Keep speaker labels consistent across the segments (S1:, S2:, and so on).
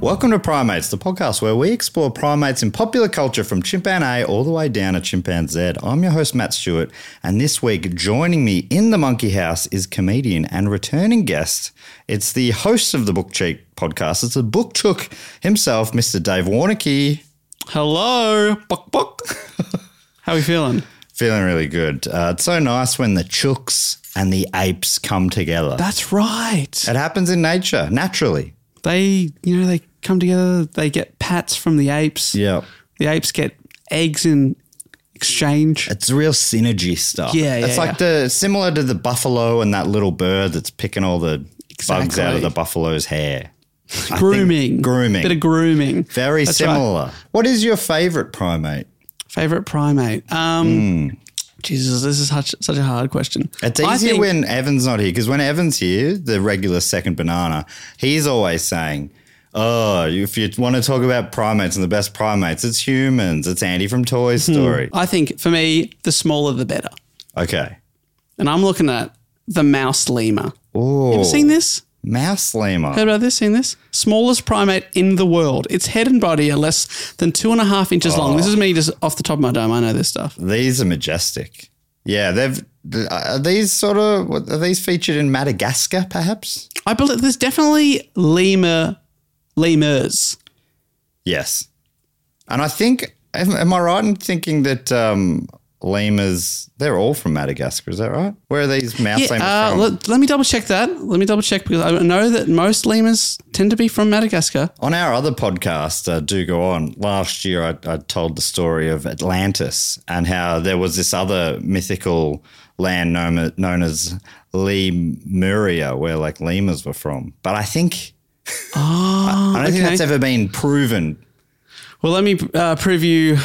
S1: Welcome to Primates, the podcast where we explore primates in popular culture from chimpan A all the way down to chimpan Z. I'm your host, Matt Stewart, and this week joining me in the monkey house is comedian and returning guest. It's the host of the Book Cheek podcast. It's the Book Chook himself, Mr. Dave Warnicky.
S2: Hello. Buck buck. How are we feeling?
S1: Feeling really good. Uh, it's so nice when the chooks and the apes come together.
S2: That's right.
S1: it happens in nature, naturally.
S2: They, you know, they come together, they get pats from the apes.
S1: Yeah.
S2: The apes get eggs in exchange.
S1: It's real synergy stuff.
S2: Yeah, yeah,
S1: It's like the similar to the buffalo and that little bird that's picking all the bugs
S2: Exactly.
S1: out of the buffalo's hair. I think
S2: grooming.
S1: grooming.
S2: Bit of grooming.
S1: Very
S2: That's right.
S1: similar. What is your favorite primate?
S2: Favorite primate. Um Jesus, this is such, such a hard question.
S1: Hmm. It's
S2: I
S1: easier
S2: think-
S1: when Evan's not here because when Evan's here, the regular second banana, he's always saying, "Oh, if you want to talk about primates and the best primates, it's humans. It's Andy from Toy
S2: Hmm.
S1: Story."
S2: I think for me, the smaller the better.
S1: Okay.
S2: And I'm looking at the mouse lemur.
S1: Oh,
S2: Ever seen this?
S1: mouse lemur.
S2: Heard about this? Seen this? Smallest primate in the world. Its head and body are less than two and a half inches long. This is me just off the top of my dome. I know this stuff.
S1: These are majestic. Yeah, they've. Are these sort of what- are these featured in Madagascar, perhaps?
S2: I believe there's definitely lemur, lemurs.
S1: Yes, and I think am, am I right in thinking that um, lemurs they're all from Madagascar? Is that right? Where are these mouse lemurs
S2: Yeah, uh,
S1: from?
S2: let, let me double check that. Let me double check because I know that most lemurs tend to be from Madagascar.
S1: on our other podcast, uh, Do Go On, last year I, I told the story of Atlantis and how there was this other mythical land known, known as Lemuria, where like lemurs were from. But I think, I, I don't think
S2: okay.
S1: that's ever been proven.
S2: Well, let me uh, prove you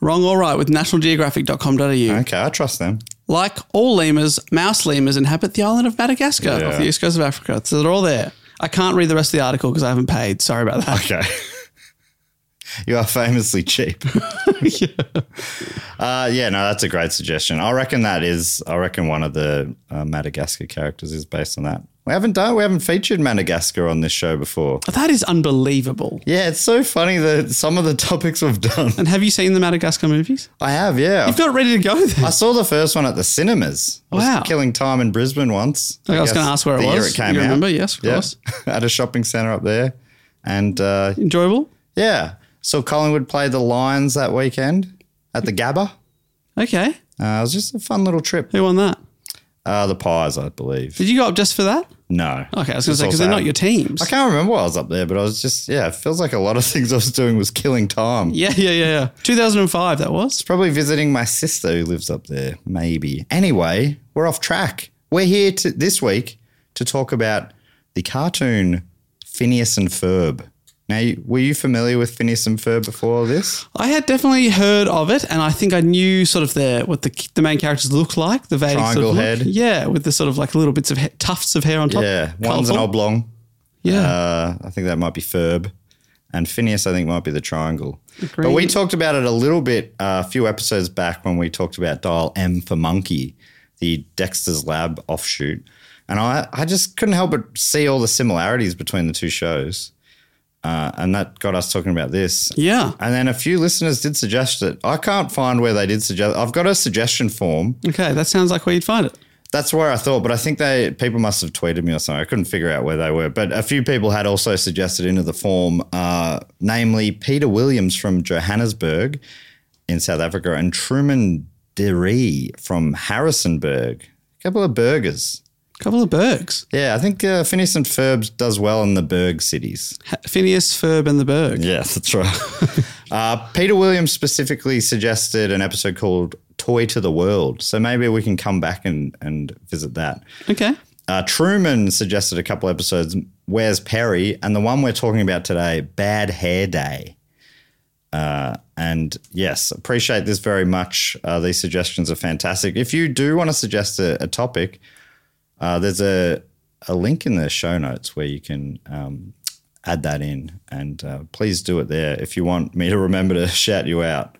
S2: wrong or right with nationalgeographic.com.au.
S1: Okay, I trust them.
S2: Like all lemurs, mouse lemurs inhabit the island of Madagascar off the east coast of Africa. So they're all there. I can't read the rest of the article because I haven't paid. Sorry about that.
S1: Okay. you are famously cheap. yeah. Uh, yeah, no, that's a great suggestion. I reckon that is, I reckon one of the uh, Madagascar characters is based on that. We haven't done, we haven't featured Madagascar on this show before.
S2: That is unbelievable.
S1: Yeah, it's so funny that some of the topics we've done.
S2: And have you seen the Madagascar movies?
S1: I have, yeah.
S2: You've got ready to go
S1: I
S2: then.
S1: saw the first one at the cinemas. I was
S2: Wow.
S1: killing time in Brisbane once.
S2: I was
S1: guess
S2: gonna ask where it
S1: the year
S2: was.
S1: it came
S2: You
S1: out.
S2: remember? Yes, of
S1: Yeah.
S2: course.
S1: at a shopping centre up there. And uh,
S2: Enjoyable?
S1: Yeah. So Collingwood played the Lions that weekend at the Gabba.
S2: Okay.
S1: Uh, it was just a fun little trip.
S2: Who won that?
S1: Uh, the Pies, I believe.
S2: Did you go up just for that?
S1: No.
S2: Okay, I was going to
S1: also
S2: say, because they're not
S1: out.
S2: your teams.
S1: I can't remember why I was up there, but I was just, yeah, it feels like a lot of things I was doing was killing time.
S2: Yeah, yeah, yeah, yeah. 2005, that was.
S1: Probably visiting my sister who lives up there, maybe. Anyway, we're off track. We're here to, this week to talk about the cartoon Phineas and Ferb. Now, you- were you familiar with Phineas and Ferb before this?
S2: I had definitely heard of it, and I think I knew sort of the what the the main characters look like, the vague
S1: Triangle
S2: sort of
S1: head.
S2: Look. Yeah, with the sort of like little bits of he- tufts of hair on top.
S1: Yeah, one's an
S2: Colourful.
S1: oblong.
S2: Yeah,
S1: Uh, I think that might be Ferb. And Phineas, I think, might be the triangle. But we talked about it a little bit uh, a few episodes back when we talked about Dial M for Monkey, the Dexter's Lab offshoot. And I, I just couldn't help but see all the similarities between the two shows. Uh, and that got us talking about this.
S2: yeah.
S1: And then a few listeners did suggest it. I can't find where they did suggest. I've got a suggestion form.
S2: Okay, that sounds like where you'd find it.
S1: That's where I thought, but I think they people must have tweeted me or something. I couldn't figure out where they were, but a few people had also suggested into the form, uh, namely Peter Williams from Johannesburg in South Africa and Truman Deree from Harrisonburg. A couple of burgers.
S2: couple of Bergs,
S1: Yeah, I think uh, Phineas and Ferb does well in the Berg cities.
S2: Ha- Phineas, Ferb, and the Berg.
S1: Yeah, that's right. uh, Peter Williams specifically suggested an episode called Toy to the World. So maybe we can come back and, and visit that.
S2: Okay,
S1: Uh, Truman suggested a couple episodes, Where's Perry? And the one we're talking about today, Bad Hair Day. Uh, and yes, appreciate this very much. Uh, these suggestions are fantastic. If you do want to suggest a, a topic, uh, there's a, a link in the show notes where you can um, add that in. And uh, please do it there if you want me to remember to shout you out.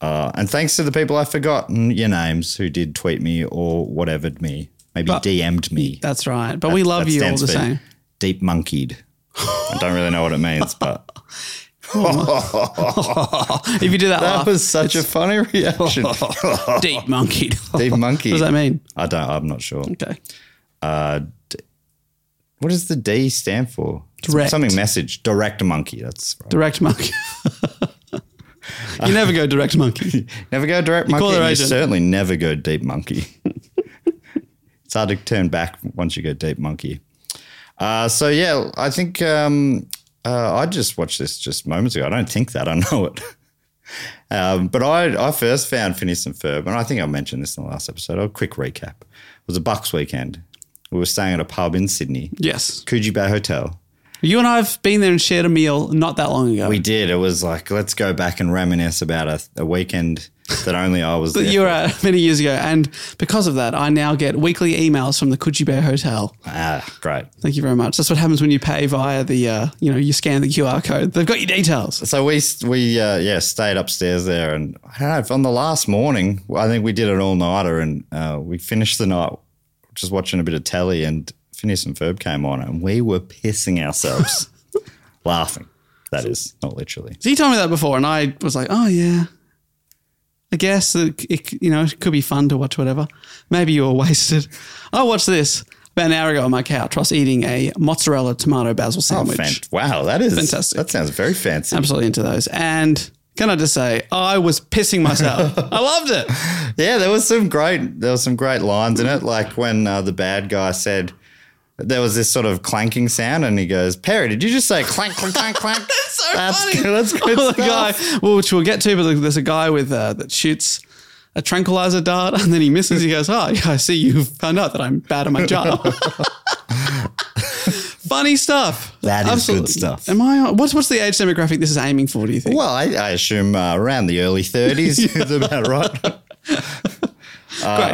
S1: Uh, and thanks to the people I've forgotten your names who did tweet me or whatevered me, maybe DM'd me.
S2: that's right. But we love
S1: That
S2: you all
S1: stands
S2: the
S1: for
S2: same.
S1: Deep monkeyed. I don't really know what it means, but
S2: If you do that,
S1: that
S2: laugh,
S1: was such a funny reaction.
S2: deep monkey.
S1: Deep monkey.
S2: What does that mean?
S1: I don't. I'm not sure.
S2: Okay,
S1: Uh, d- what does the D stand for?
S2: Direct.
S1: Something message. Direct monkey. That's right.
S2: direct monkey. you never go direct monkey.
S1: Never go direct monkey.
S2: call
S1: and
S2: their
S1: You
S2: agent.
S1: certainly never go deep monkey. it's hard to turn back once you go deep monkey. Uh, so yeah, I think um, uh, I just watched this just moments ago. I don't think that I know it. Um, but I, I first found Phineas and Ferb, and I think I mentioned this in the last episode. A quick recap: it was a Bucks weekend. We were staying at a pub in Sydney,
S2: Yes,
S1: Coogee Bay Hotel.
S2: you and I have been there and shared a meal not that long ago.
S1: We did. It was like let's go back and reminisce about a, a weekend that only I was there.
S2: that you were at many years ago. And because of that, I now get weekly emails from the Coogee Bear Hotel.
S1: ah, great.
S2: Thank you very much. That's what happens when you pay via the, uh, you know, you scan the QR code. They've got your details.
S1: So we we uh, yeah stayed upstairs there, and I don't know. if On the last morning, I think we did an all nighter, and uh, we finished the night just watching a bit of telly, and Phineas and Ferb came on, and we were pissing ourselves, laughing. That is not literally.
S2: So you told me that before, and I was like, oh, yeah. I guess that it, you know, it could be fun to watch whatever. Maybe you were wasted. I watched this about an hour ago on my couch whilst eating a mozzarella tomato basil
S1: Oh,
S2: sandwich.
S1: fan- wow, that is
S2: Fantastic. Um,
S1: That sounds very fancy.
S2: Absolutely into those. And can I just say, I was pissing myself. I loved it.
S1: Yeah, there was some great there was some great lines in it. Like when uh, the bad guy said there was this sort of clanking sound, and he goes, "Perry, did you just say clank clank clank clank?" that's
S2: so funny.
S1: Good, that's good
S2: Oh, the
S1: stuff.
S2: guy, well, which we'll get to, but there's a guy with uh, that shoots a tranquilizer dart and then he misses. He goes, "Oh, yeah, I see you found out that I'm bad at my job." Funny stuff.
S1: That is good
S2: Absolutely.
S1: stuff.
S2: Am I? What's what's the age demographic this is aiming for? Do you think?
S1: Well, I, I assume uh, around the early 30s is about right.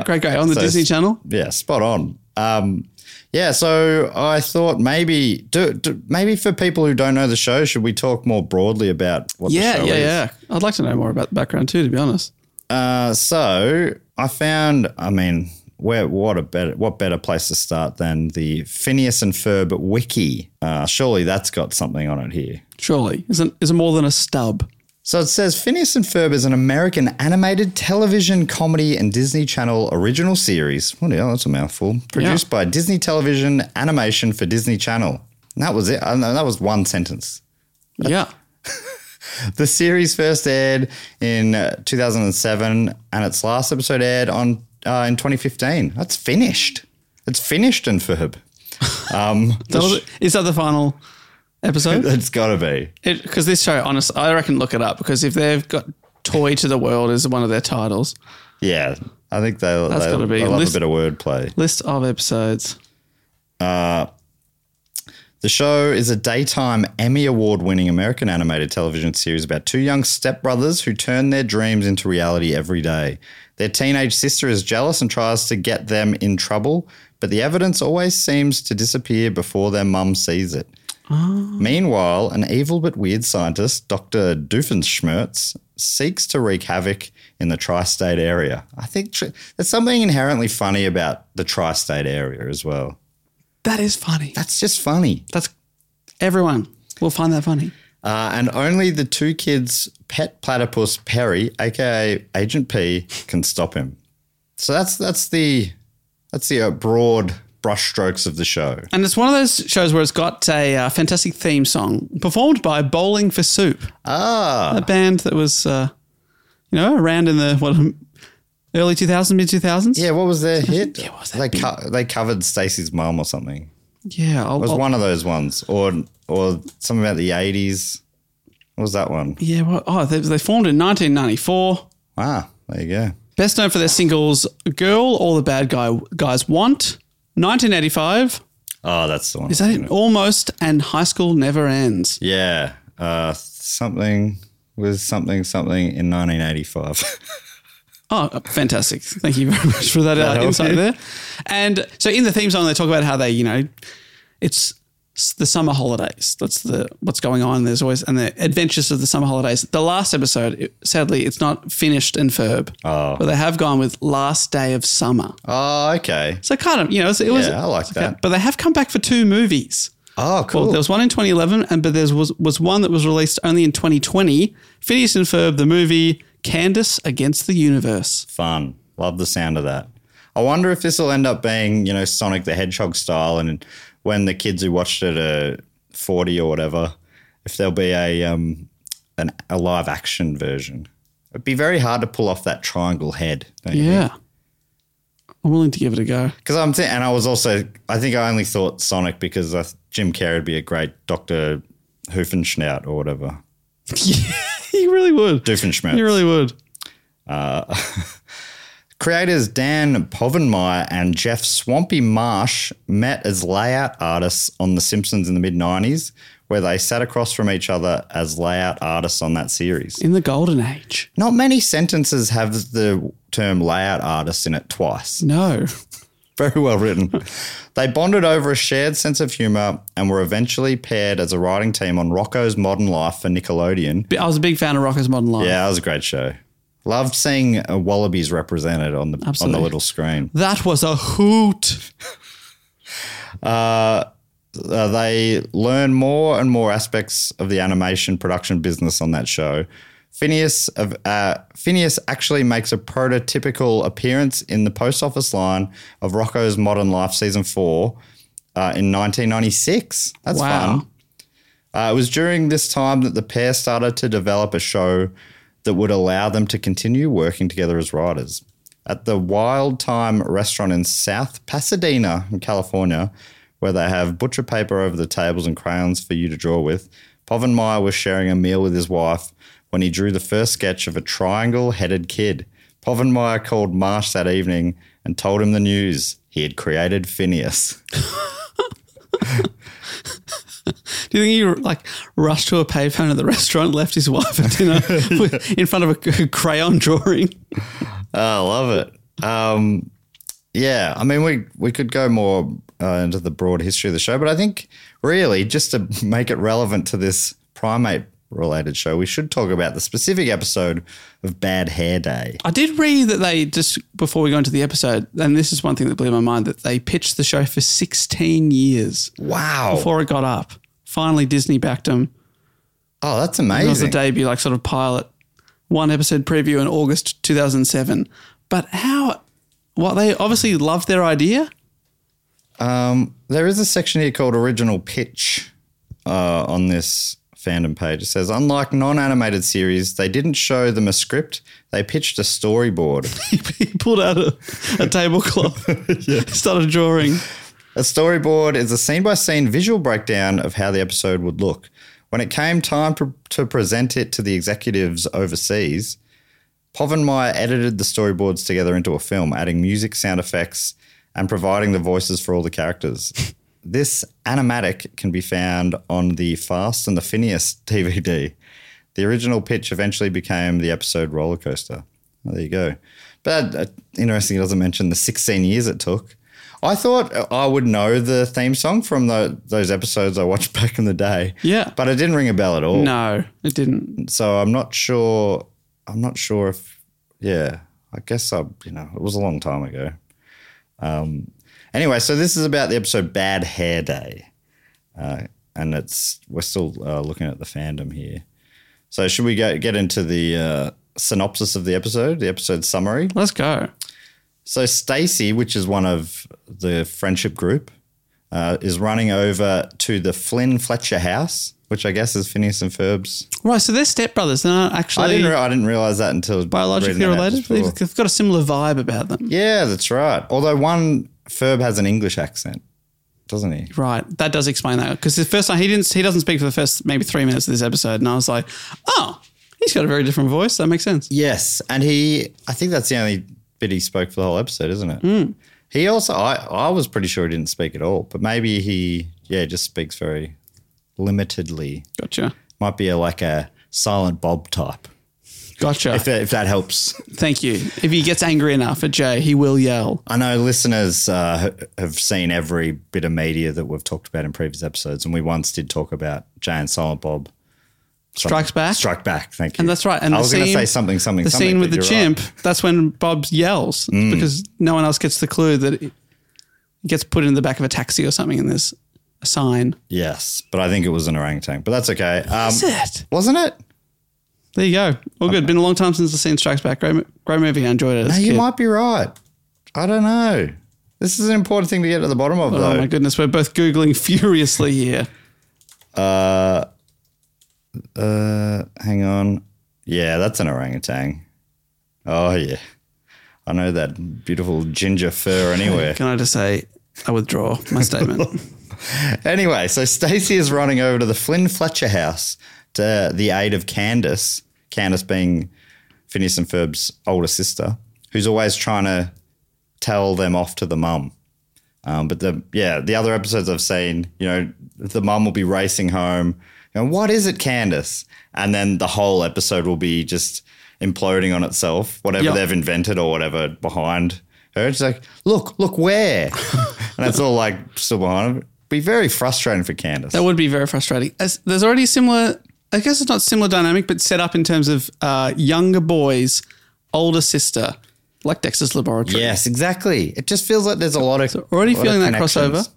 S2: great, great, great. On the
S1: so
S2: Disney
S1: it's-
S2: Channel.
S1: Yeah, spot on. Um, yeah, so I thought maybe do, do, maybe for people who don't know the show, should we talk more broadly about what the
S2: Yeah,
S1: show
S2: yeah,
S1: is?
S2: yeah. I'd like to know more about the background too. To be honest,
S1: Uh, so I found, I mean, where what a better what better place to start than the Phineas and Ferb wiki? Uh, surely that's got something on it here.
S2: surely isn't is it more than a stub?
S1: So it says Phineas and Ferb is an American animated television comedy and Disney Channel original series. Oh, yeah, that's a mouthful. Produced by Disney Television Animation for Disney Channel. And that was it. And that was one sentence.
S2: Yeah.
S1: The series first aired in uh, 2007, and its last episode aired on uh, in 2015. That's finished. It's finished in Ferb. Um,
S2: That was- is that the final episode?
S1: it's got to be.
S2: because this show, honestly, I reckon look it up because if they've got "Toy to the World" as one of their titles,
S1: Yeah, I think they,
S2: That's
S1: they,
S2: gotta be.
S1: they love
S2: List-
S1: a bit of wordplay.
S2: list of episodes.
S1: The show is a daytime Emmy Award winning American animated television series about two young stepbrothers who turn their dreams into reality every day. Their teenage sister is jealous and tries to get them in trouble, but the evidence always seems to disappear before their mum sees it. Meanwhile, an evil but weird scientist, Dr. Doofenshmirtz, seeks to wreak havoc in the tri state area. I think tr- there's something inherently funny about the tri state area as well.
S2: That is funny.
S1: That's just funny.
S2: That's everyone will find that funny.
S1: Uh, and only the two kids' pet platypus Perry, aka Agent P, can stop him. So that's that's the that's the uh, broad brushstrokes of the show.
S2: And it's one of those shows where it's got a uh, fantastic theme song performed by Bowling for Soup,
S1: Ah,
S2: a band that was, uh, you know, around in the what early 2000s, mid 2000s.
S1: yeah. What was their hit?
S2: Yeah, what was that
S1: they co- they covered Stacy's mum or something.
S2: yeah. I'll,
S1: It was
S2: I'll-
S1: one of those ones, or or something about the eighties. What was that one?
S2: yeah. Well, oh, they, they formed in 1994.
S1: Ah, there you go.
S2: Best known for their singles "Girl," "All the Bad Guy Guys Want," 1985.
S1: Oh, that's the one.
S2: Is that it? Almost and High School Never Ends.
S1: Yeah, uh, something was something something in 1985.
S2: Oh, fantastic. Thank you very much for that, uh,
S1: help
S2: insight
S1: you?
S2: there. And so in the theme song, they talk about how they, you know, it's s- the summer holidays. That's the what's going on. There's always and the adventures of the summer holidays. The last episode, it- sadly, it's not finished and Ferb,
S1: Oh.
S2: but they have gone with last day of summer.
S1: oh, okay.
S2: So kind of, you know, it's- it was.
S1: Yeah, I like
S2: it's okay.
S1: that.
S2: But they have come back for two movies.
S1: Oh, cool.
S2: There was one in 2011, and but there was was one that was released only in 2020. Phineas and Ferb, the movie Candace Against the Universe.
S1: Fun. Love the sound of that. I wonder if this will end up being, you know, Sonic the Hedgehog style, and when the kids who watched it are 40 or whatever, if there'll be a um, an, a live action version. It'd be very hard to pull off that triangle head. Don't you?
S2: Yeah. I'm willing to give it a go.
S1: Because I'm, th- and I was also, I think I only thought Sonic because I, th- Jim Carrey would be a great Doctor Hoofenschnaut or whatever.
S2: you really would.
S1: Doofenshmirtz.
S2: You really would.
S1: Creators Dan Povenmire and Jeff Swampy Marsh met as layout artists on The Simpsons in the mid 90s, where they sat across from each other as layout artists on that series.
S2: In the golden age.
S1: Not many sentences have the term layout artist in it twice.
S2: No.
S1: Very well written. they bonded over a shared sense of humor and were eventually paired as a writing team on Rocco's Modern Life for Nickelodeon.
S2: I was a big fan of Rocker's Modern Life.
S1: Yeah, that was a great show. Loved seeing uh, wallabies represented on the on
S2: Absolutely.
S1: the little screen.
S2: That was a hoot.
S1: uh, they learn more and more aspects of the animation production business on that show. Phineas of uh, Phineas actually makes a prototypical appearance in the post office line of Rocco's Modern Life season four uh, in 1996. That's
S2: Wow.
S1: fun. Uh, it was during this time that the pair started to develop a show that would allow them to continue working together as writers. At the Wild Time restaurant in South Pasadena, in California, where they have butcher paper over the tables and crayons for you to draw with, Povenmire was sharing a meal with his wife when he drew the first sketch of a triangle headed kid. Povenmire called Marsh that evening and told him the news. He had created Phineas.
S2: Do you think he like rushed to a payphone at the restaurant, left his wife at dinner with, in front of a crayon drawing?
S1: Oh, I love it. Um, yeah, I mean, we we could go more uh, into the broad history of the show, but I think really just to make it relevant to this primate related show, we should talk about the specific episode of Bad Hair Day.
S2: I did read that they just before we go into the episode, and this is one thing that blew my mind that they pitched the show for 16 years
S1: Wow!
S2: before it got up. Finally, Disney backed them.
S1: oh, that's
S2: It was the
S1: amazing.
S2: debut, like sort of pilot, one episode preview in August 2007. But how, well, they obviously loved their idea.
S1: Um, there is a section here called Original Pitch uh, on this fandom page. It says, unlike non-animated series, they didn't show them a script. They pitched a storyboard.
S2: he pulled out a, a tablecloth, started drawing.
S1: A storyboard is a scene by scene visual breakdown of how the episode would look. When it came time to, to present it to the executives overseas, Povenmire edited the storyboards together into a film, adding music, sound effects, and providing the voices for all the characters. This animatic can be found on the Fast and the Phineas DVD. The original pitch eventually became the episode Roller Coaster. Well, there you go. But uh, interesting, it doesn't mention the 16 years it took. I thought uh, I would know the theme song from the, those episodes I watched back in the day.
S2: Yeah.
S1: But it didn't ring a bell at all.
S2: No, it didn't.
S1: So I'm not sure. I'm not sure if. Yeah, I guess I. You know, it was a long time ago. Um. Anyway, so this is about the episode "Bad Hair Day," uh, and it's we're still uh, looking at the fandom here. So should we go, get into the uh, synopsis of the episode, the episode summary?
S2: Let's go.
S1: So Stacy, which is one of the friendship group, uh, is running over to the Flynn Fletcher house, which I guess is Phineas and Ferb's
S2: Right, so they're stepbrothers. They're not
S1: I
S2: actually
S1: didn't. Re- I didn't realize that until
S2: biologically
S1: reading that out
S2: related.
S1: just
S2: They've,
S1: before.
S2: they've got a similar vibe about them.
S1: Yeah, that's right. Although one Ferb has an English accent, doesn't he?
S2: Right, that does explain that because the first time he didn't, he doesn't speak for the first maybe three minutes of this episode, and I was like, oh, he's got a very different voice. That makes sense.
S1: Yes, and he. I think that's the only bit he spoke for the whole episode, isn't it? He also. I. I was pretty sure he didn't speak at all, but maybe he. Yeah, just speaks very limitedly.
S2: Gotcha,
S1: Might be a, like a silent Bob type.
S2: gotcha.
S1: If that, if that helps.
S2: Thank you. If he gets angry enough at Jay, he will yell.
S1: I know listeners uh, have seen every bit of media that we've talked about in previous episodes, and we once did talk about Jay and Silent Bob.
S2: Strikes back.
S1: Strike back. Thank you.
S2: And that's right. And
S1: I
S2: the
S1: was going to
S2: scene-
S1: say something, something,
S2: the
S1: something.
S2: scene with
S1: but
S2: the
S1: you're right. Mm.
S2: chimp, that's when Bob yells because no one else gets the clue that it gets put in the back of a taxi or something and there's a sign.
S1: Yes, but I think it was an orangutan. But that's okay. Um,
S2: That's it.
S1: Wasn't it?
S2: There you go. All good. Been a long time since the scene Strikes Back. Great, mo- great movie. I enjoyed it.
S1: No,
S2: As a
S1: you
S2: kid.
S1: might be right. I don't know. This is an important thing to get to the bottom of,
S2: oh my
S1: though.
S2: goodness. We're both Googling furiously here.
S1: Uh, hang on. Yeah, that's an orangutan. Oh yeah, I know that beautiful ginger fur anywhere.
S2: Can I just say, I withdraw my statement.
S1: Anyway, so Stacy is running over to the Flynn Fletcher house to the aid of Candace, Candace being Phineas and Ferb's older sister, who's always trying to tell them off to the mum. Um, but the yeah, the other episodes I've seen, you know, the mum will be racing home, and what is it, Candace? And then the whole episode will be just imploding on itself, whatever
S2: Yeah.
S1: they've invented or whatever behind her. It's like, look, look where, and it's all like still behind. Her. Be very frustrating for Candace.
S2: that would be very frustrating. As there's already similar, I guess it's not similar dynamic, but set up in terms of uh, younger boys, older sister, like Dexter's Laboratory.
S1: Yes, exactly. It just feels like there's a lot of
S2: Already
S1: a lot
S2: feeling
S1: of
S2: that
S1: connections.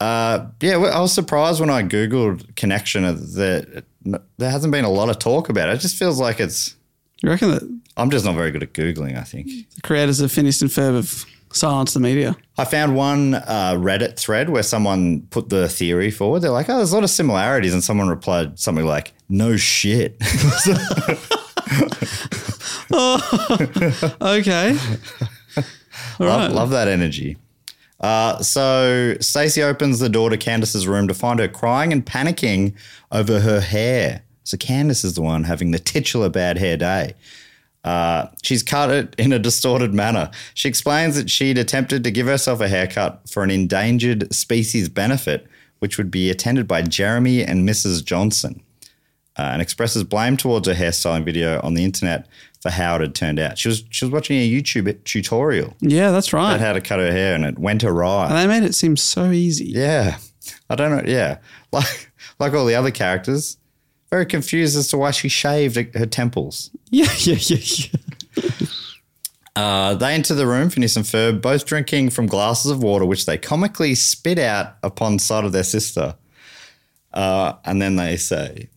S1: Uh,
S2: crossover.
S1: Yeah, well, I was surprised when I googled connection of that there hasn't been a lot of talk about it. It just feels like it's.
S2: You reckon that
S1: I'm just not very good at googling. I think
S2: the creators of Phineas and Ferb have silenced the media?
S1: I found one uh, Reddit thread where someone put the theory forward. They're like, "Oh, there's a lot of similarities," and someone replied something like, "No shit."
S2: Okay. All
S1: love,
S2: right.
S1: love that energy. Uh, so Stacey opens the door to Candace's room to find her crying and panicking over her hair. So Candace is the one having the titular bad hair day. Uh, she's cut it in a distorted manner. She explains that she'd attempted to give herself a haircut for an endangered species benefit, which would be attended by Jeremy and Mrs. Johnson, uh, and expresses blame towards her hairstyling video on the internet for how it had turned out. She was she was watching a YouTube tutorial
S2: yeah, that's right.
S1: about how to cut her hair and it went awry.
S2: and they made it seem so easy.
S1: Yeah. I don't know. Yeah. Like like all the other characters, very confused as to why she shaved her temples.
S2: Yeah, yeah, yeah, yeah.
S1: Uh, they enter the room, Phineas and Ferb, both drinking from glasses of water, which they comically spit out upon sight of their sister. Uh, and then they say,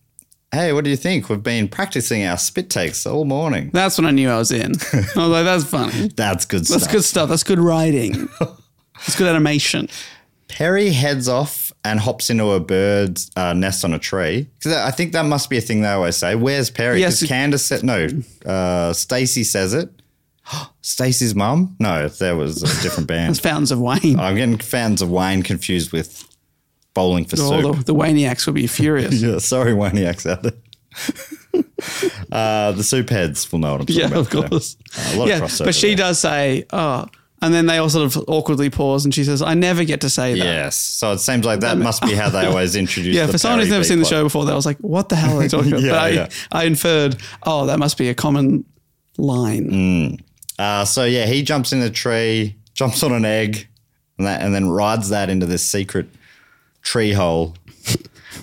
S1: Hey, what do you think? We've been practicing our spit takes all morning.
S2: That's when I knew I was in. I was like, that's funny.
S1: That's good stuff.
S2: That's good stuff. That's good writing. That's good animation.
S1: Perry heads off and hops into a bird's uh, nest on a tree. 'Cause I think that must be a thing they always say. Where's Perry?
S2: Yes.
S1: Because Candace said no. Uh, Stacy says it. Stacy's mum? No, that was a different
S2: That's
S1: band.
S2: Fountains of Wayne.
S1: I'm getting fans of Wayne confused with Bowling for Soup.
S2: Oh, the, the Waniacs will be furious.
S1: Yeah, sorry, Waniacs out there. uh, the soup heads will know what I'm talking
S2: yeah,
S1: about.
S2: of
S1: yeah.
S2: course.
S1: A lot of
S2: yeah,
S1: crossover
S2: but she
S1: there.
S2: does say, "Oh, And then they all sort of awkwardly pause, and she says, "I never get to say that."
S1: Yes. So it seems like that must be how they always introduce.
S2: Yeah,
S1: the
S2: for someone who's
S1: parry
S2: never seen the
S1: people.
S2: show before, that was like, "What the hell are they talking about?"
S1: Yeah,
S2: but I,
S1: yeah.
S2: I inferred, "Oh, that must be a common line."
S1: Uh, so yeah, he jumps in a tree, jumps on an egg, and that, and then rides that into this secret tree hole.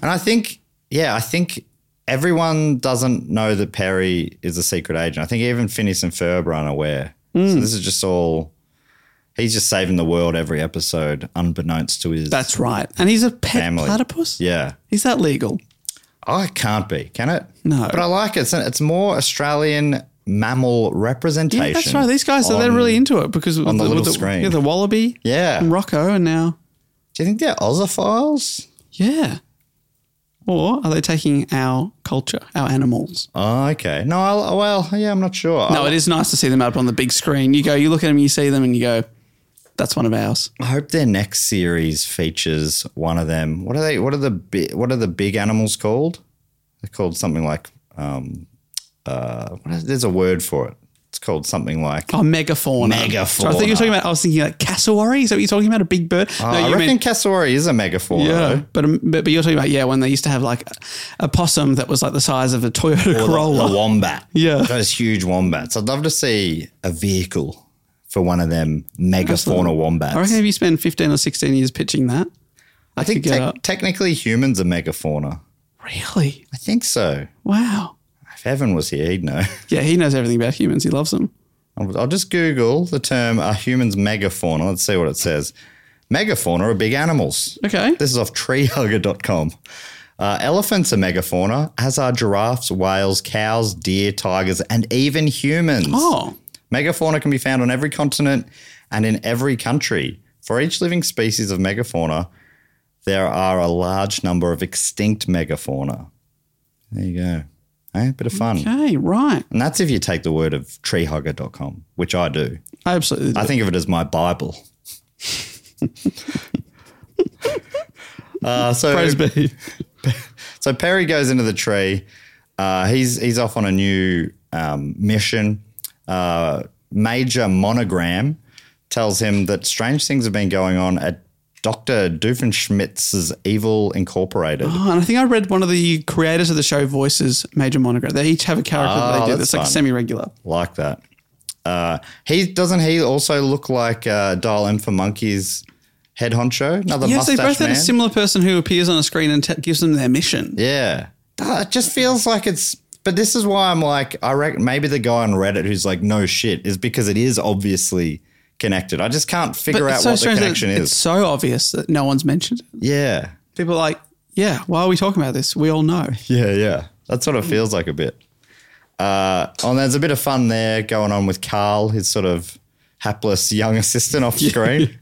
S1: and I think, yeah, I think everyone doesn't know that Perry is a secret agent. I think even Phineas and Ferb are unaware.
S2: Hmm.
S1: So this is just all. He's just saving the world every episode, unbeknownst to his.
S2: That's right. And he's a pet
S1: Family.
S2: platypus.
S1: yeah.
S2: Is that legal?
S1: Oh, it can't be, can it?
S2: No.
S1: But I like it. It's, it's more Australian mammal representation.
S2: Yeah, that's right. These guys, so they're really into it because on
S1: the little screen.
S2: Yeah, the wallaby.
S1: Yeah.
S2: And Rocco, and now,
S1: Do you think they're Ozophiles?
S2: yeah. Or are they taking our culture, our animals?
S1: Oh, okay. No, i well, yeah, I'm not sure.
S2: No, it is nice to see them up on the big screen. You go, you look at them, you see them, and you go, "That's one of ours."
S1: I hope their next series features one of them. What are they? What are the bi- what are the big animals called? They're called something like um, uh, what is, there's a word for it. It's called something like.
S2: Oh, megafauna.
S1: Megafauna.
S2: So I thought you were talking about. I was thinking like cassowary. Is that what you're talking about? A big bird?
S1: Oh, I
S2: you
S1: reckon
S2: meant-
S1: cassowary is a megafauna.
S2: yeah, but, um, but but you're talking about yeah when they used to have like a possum that was like the size of a Toyota
S1: Or the-
S2: Corolla.
S1: the wombat.
S2: Yeah.
S1: Those huge wombats. I'd love to see a vehicle for one of them megafauna wombats.
S2: I reckon if you spend 15 or 16 years pitching that,
S1: I think
S2: get
S1: tec-
S2: up.
S1: technically humans are megafauna.
S2: really?
S1: I think so.
S2: Wow.
S1: If Evan was here, he'd know.
S2: Yeah, he knows everything about humans. He loves them.
S1: I'll, I'll just Google the term "are humans megafauna." Let's see what it says. Megafauna are big animals.
S2: Okay.
S1: This is off treehugger.com. Uh, elephants are megafauna, as are giraffes, whales, cows, deer, tigers, and even humans.
S2: Oh,
S1: Megafauna can be found on every continent and in every country. For each living species of megafauna, there are a large number of extinct megafauna. There you go. Eh, bit of fun.
S2: okay, right.
S1: And that's if you take the word of treehugger.com, which I do.
S2: I absolutely do.
S1: I think of it as my Bible. uh, so,
S2: Praise be.
S1: so Perry goes into the tree. Uh, he's he's off on a new um, mission. Uh, Major Monogram tells him that strange things have been going on at Doctor Doofenshmirtz's Evil Incorporated.
S2: Oh, and I think I read one of the creators of the show voices Major Monogram. They each have a character that
S1: Oh,
S2: they do
S1: that's
S2: that's, like
S1: fun.
S2: semi regular.
S1: Like that. Uh, he doesn't he also look like uh, Dial M for Monkeys head honcho? Another
S2: Yes, they
S1: mustache
S2: both
S1: man.
S2: had a similar person who appears on a screen and te- gives them their mission.
S1: Yeah. Ah, It just feels like it's. But this is why I'm like, I reckon maybe the guy on Reddit who's like, no shit, is because it is obviously connected. I just can't
S2: But
S1: figure out
S2: it's so
S1: what the
S2: strange that
S1: connection is.
S2: it's so obvious that no one's mentioned it.
S1: yeah.
S2: People are like, yeah, why are we talking about this? We all know.
S1: Yeah. Yeah. That's what it feels like a bit. Uh, oh, and there's a bit of fun there going on with Carl, his sort of hapless young assistant off screen.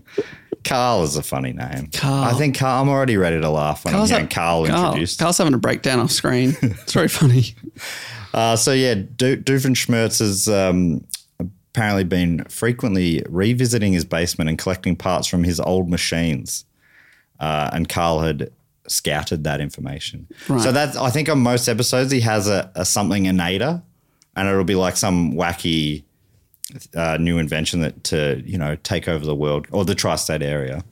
S1: Carl is a funny name.
S2: Carl.
S1: I think Carl, I'm already ready to laugh when
S2: Carl's
S1: I'm hearing
S2: like-
S1: Carl
S2: Carl-
S1: introduced.
S2: Carl's Oh, having a breakdown off screen. It's very funny.
S1: Uh, so yeah, Do- Doofenshmirtz has um, apparently been frequently revisiting his basement and collecting parts from his old machines, uh, and Carl had scouted that information. So that's I think on most episodes he has a, a something inator, and it'll be like some wacky uh, new invention that to you know take over the world or the tri-state area.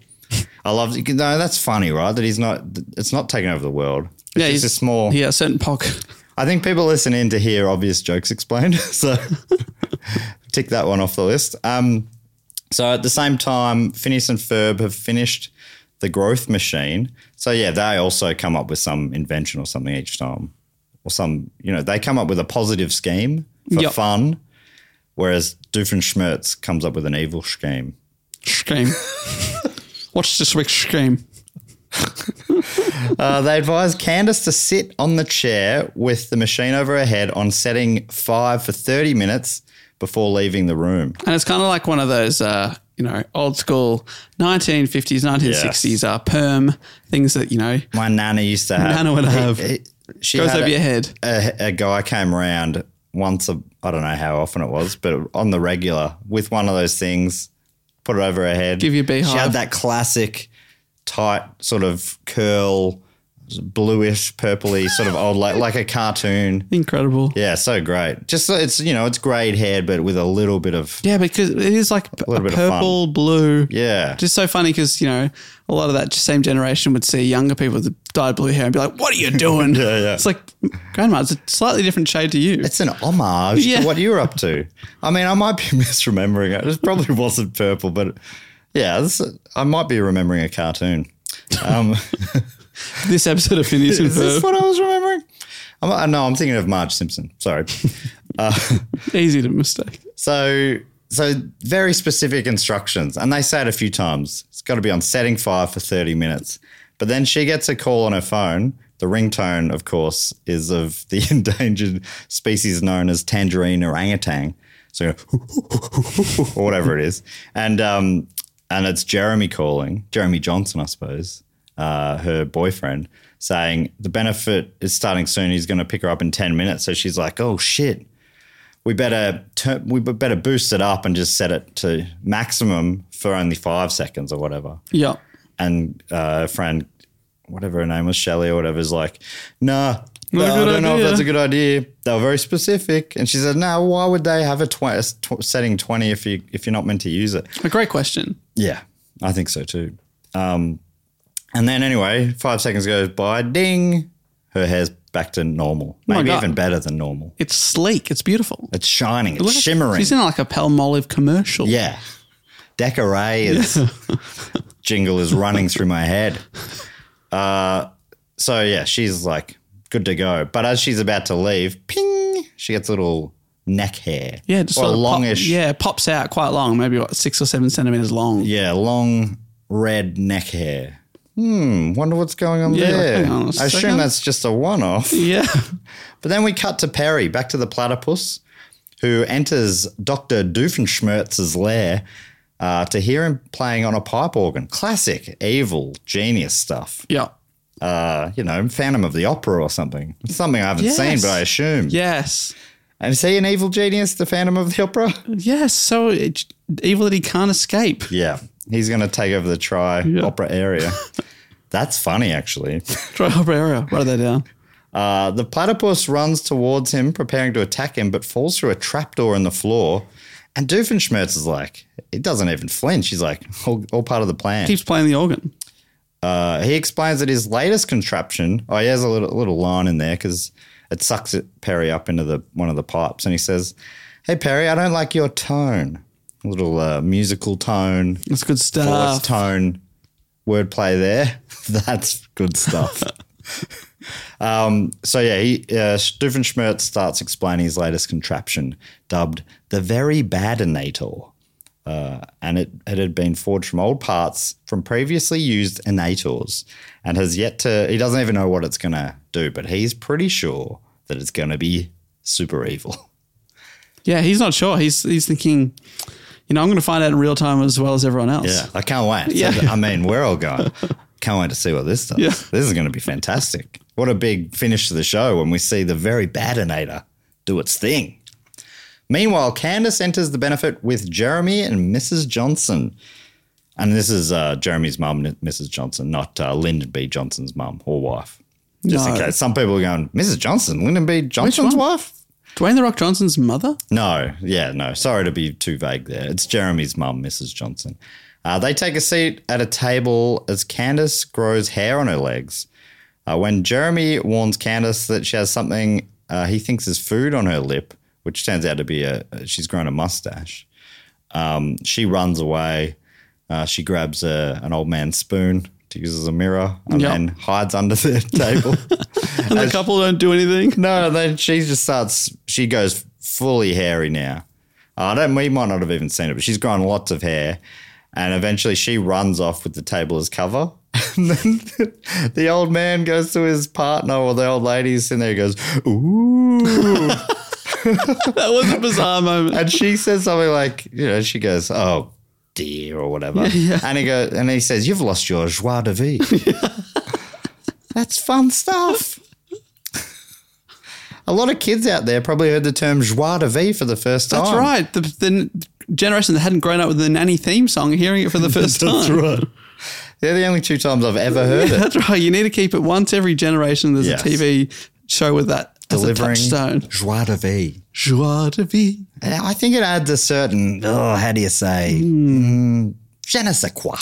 S1: I love no, that's funny, right? That he's not. It's not taking over the world. It's
S2: Yeah,
S1: just
S2: he's-
S1: a small.
S2: Yeah, a certain pocket.
S1: I think people listen in to hear obvious jokes explained. So tick that one off the list. Um, so at the same time, Phineas and Ferb have finished the growth machine. So yeah, they also come up with some invention or something each time, or some you know they come up with a positive scheme for
S2: Yep.
S1: fun, whereas Doofenshmirtz comes up with an evil scheme.
S2: Scream. Watch this week's Scream.
S1: Uh, they advise Candace to sit on the chair with the machine over her head on setting five for 30 minutes before leaving the room.
S2: And it's kind of like one of those, uh, you know, old school 1950s, 1960s uh, perm things that, you know,
S1: My nana used to have.
S2: Nana would have.
S1: she
S2: goes
S1: had
S2: over
S1: a,
S2: your head.
S1: A, a guy came round once, a, I don't know how often it was, but on the regular with one of those things, put it over her head.
S2: Give you a beehive.
S1: She had that classic tight sort of curl, bluish, purpley, sort of old, like like a cartoon.
S2: Incredible.
S1: Yeah, so great. Just so it's you know it's grayed hair, but with a little bit of
S2: Yeah, because it is like a,
S1: little bit of fun.
S2: purple, blue.
S1: yeah,
S2: Just so funny because, you know, a lot of that same generation would see younger people with dyed blue hair and be like, what are you doing?
S1: Yeah, yeah.
S2: It's like, grandma, it's a slightly different shade to you.
S1: It's an homage
S2: Yeah.
S1: to what you're up to. I mean, I might be misremembering it. It probably wasn't purple, but yeah, this, I might be remembering a cartoon. Um,
S2: this episode of Phineas and
S1: is this
S2: Ferb.
S1: what I was remembering? I'm, uh, no, I'm thinking of Marge Simpson. Sorry.
S2: Easy to mistake.
S1: So, so very specific instructions, and they say it a few times. It's got to be on setting fire for thirty minutes. But then she gets a call on her phone. The ringtone, of course, is of the endangered species known as tangerine orangutan. So, or whatever it is, and um, and it's Jeremy calling, Jeremy Johnson, I suppose, uh, her boyfriend, saying the benefit is starting soon. He's going to pick her up in ten minutes. So she's like, "Oh shit, we better tur- we better boost it up and just set it to maximum for only five seconds or whatever.
S2: Yeah.
S1: And uh, friend, whatever her name was, Shelley or whatever, is like, nah,
S2: Not a
S1: nah, I
S2: good
S1: don't know if
S2: idea."
S1: that's a good idea. They were very specific, and she said, no, why would they have a, tw- a s- tw- setting twenty if you if you're not meant to use it?
S2: A great question.
S1: Yeah, I think so too. Um, and then anyway, five seconds goes by, ding, her hair's back to normal,
S2: Oh my
S1: maybe
S2: God.
S1: even better than normal.
S2: It's sleek. It's beautiful.
S1: It's shining, it's
S2: Look at-
S1: shimmering.
S2: She's in like a Palmolive commercial.
S1: Yeah. Deca Ray's jingle is running through my head. Uh, so, yeah, she's like good to go. But as she's about to leave, ping, she gets a little neck hair.
S2: Yeah, just
S1: or
S2: sort of pop-
S1: longish. yeah.
S2: yeah, pops out quite long, maybe what, six or seven centimeters long.
S1: long red neck hair. Hmm, wonder what's going on
S2: Yeah, like,
S1: there.
S2: hang on a
S1: I assume
S2: second.
S1: that's just a one off.
S2: Yeah.
S1: But then we cut to Perry, back to the platypus, who enters Dr. Doofenshmirtz's lair uh, to hear him playing on a pipe organ. Classic evil genius stuff.
S2: yeah.
S1: Uh, you know, Phantom of the Opera or something. It's something I haven't
S2: Yes.
S1: seen, but I assume.
S2: Yes.
S1: And is he an evil genius, the Phantom of the Opera?
S2: Yes. So it, evil that he can't escape.
S1: yeah. He's going to take over the tri opera area. That's funny, actually.
S2: Troy Obrera. Write that down.
S1: Uh, the platypus runs towards him, preparing to attack him, but falls through a trapdoor in the floor. And Doofenshmirtz is like, it doesn't even flinch. He's like, all, all part of the plan.
S2: Keeps playing the organ.
S1: Uh, he explains that his latest contraption. Oh, he has a little little line in there because it sucks it, Perry up into the one of the pipes, and he says, "Hey Perry, I don't like your tone. A little uh, musical tone,
S2: That's good
S1: voice
S2: stuff.
S1: tone, wordplay there. That's good stuff." um, so yeah, he, uh, Doofenshmirtz starts explaining his latest contraption, dubbed the Very Badinator. Uh, and it, it had been forged from old parts from previously used innators and has yet to, he doesn't even know what it's going to do, but he's pretty sure that it's going to be super evil.
S2: Yeah, he's not sure. He's he's thinking, you know, I'm going to find out in real time as well as everyone else.
S1: I can't wait. So, I mean, we're all going, can't wait to see what this does.
S2: Yeah.
S1: This is going to be fantastic. What a big finish to the show when we see the very badinator do its thing. Meanwhile, Candace enters the benefit with Jeremy and Mrs. Johnson. And this is uh, Jeremy's mum, N- Mrs. Johnson, not uh, Lyndon B. Johnson's mum or wife. Just in
S2: No.
S1: case. Some people are going, Mrs. Johnson, Lyndon B. Johnson's wife?
S2: Dwayne the Rock Johnson's mother.
S1: No, yeah, no. Sorry to be too vague there. It's Jeremy's mum, Mrs. Johnson. Uh, they take a seat at a table as Candace grows hair on her legs. Uh, when Jeremy warns Candace that she has something uh, he thinks is food on her lip, which turns out to be a she's grown a mustache. Um, she runs away. Uh, she grabs a, an old man's spoon to use as a mirror and
S2: Yep.
S1: then hides under the table.
S2: And the couple don't do anything.
S1: No, then she just starts. She goes fully hairy now. I don't. We might not have even seen it, but she's grown lots of hair, and eventually she runs off with the table as cover. And then the, the old man goes to his partner, or the old lady's in there. He goes, "Ooh,"
S2: That was a bizarre moment.
S1: and she says something like, "You know," she goes, "Oh dear," or whatever. And he goes, and he says, "You've lost your joie de vivre." That's fun stuff. A lot of kids out there probably heard the term joie de vivre for the first time.
S2: That's right. The, the generation that hadn't grown up with the nanny theme song, hearing it for the first time.
S1: right. They're the only two times I've ever heard it.
S2: That's right. You need to keep it once every generation. There's
S1: Yes.
S2: a TV show with that
S1: Delivering
S2: as a touchstone.
S1: joie de vie.
S2: Joie de vie.
S1: And I think it adds a certain, oh, how do you say, mm.
S2: Hmm.
S1: je ne sais quoi.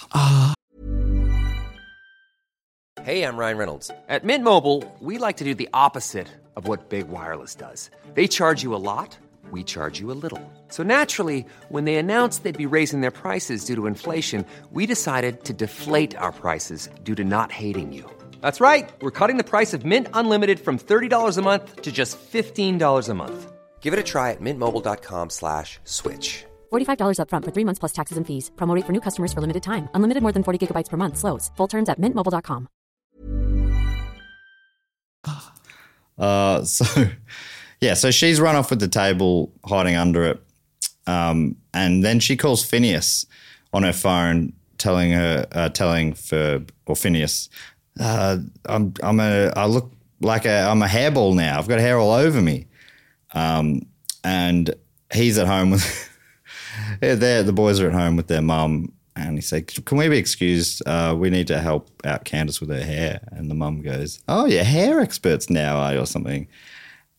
S3: Hey, I'm Ryan Reynolds. At Mint Mobile, we like to do the opposite of what Big Wireless does. They charge you a lot, we charge you a little. So naturally, when they announced they'd be raising their prices due to inflation, we decided to deflate our prices due to not hating you. That's right. We're cutting the price of Mint Unlimited from $30 a month to just $15 a month. Give it a try at mintmobile.com slash switch.
S4: $45 upfront for three months plus taxes and fees. Promo rate for new customers for limited time. Unlimited more than 40 gigabytes per month. Slows. Full terms at mintmobile.com.
S1: Uh, so, yeah, so she's run off with the table, hiding under it. Um, and then she calls Phineas on her phone, telling her, uh, telling for or Phineas, uh, I'm, I'm a, I look like a, I'm a hairball now. I've got hair all over me. Um, and he's at home with, they're, there- the boys are at home with their mum. And he said, "Can we be excused? Uh, we need to help out Candace with her hair." And the mum goes, "Oh, you're hair experts now, are you, or something?"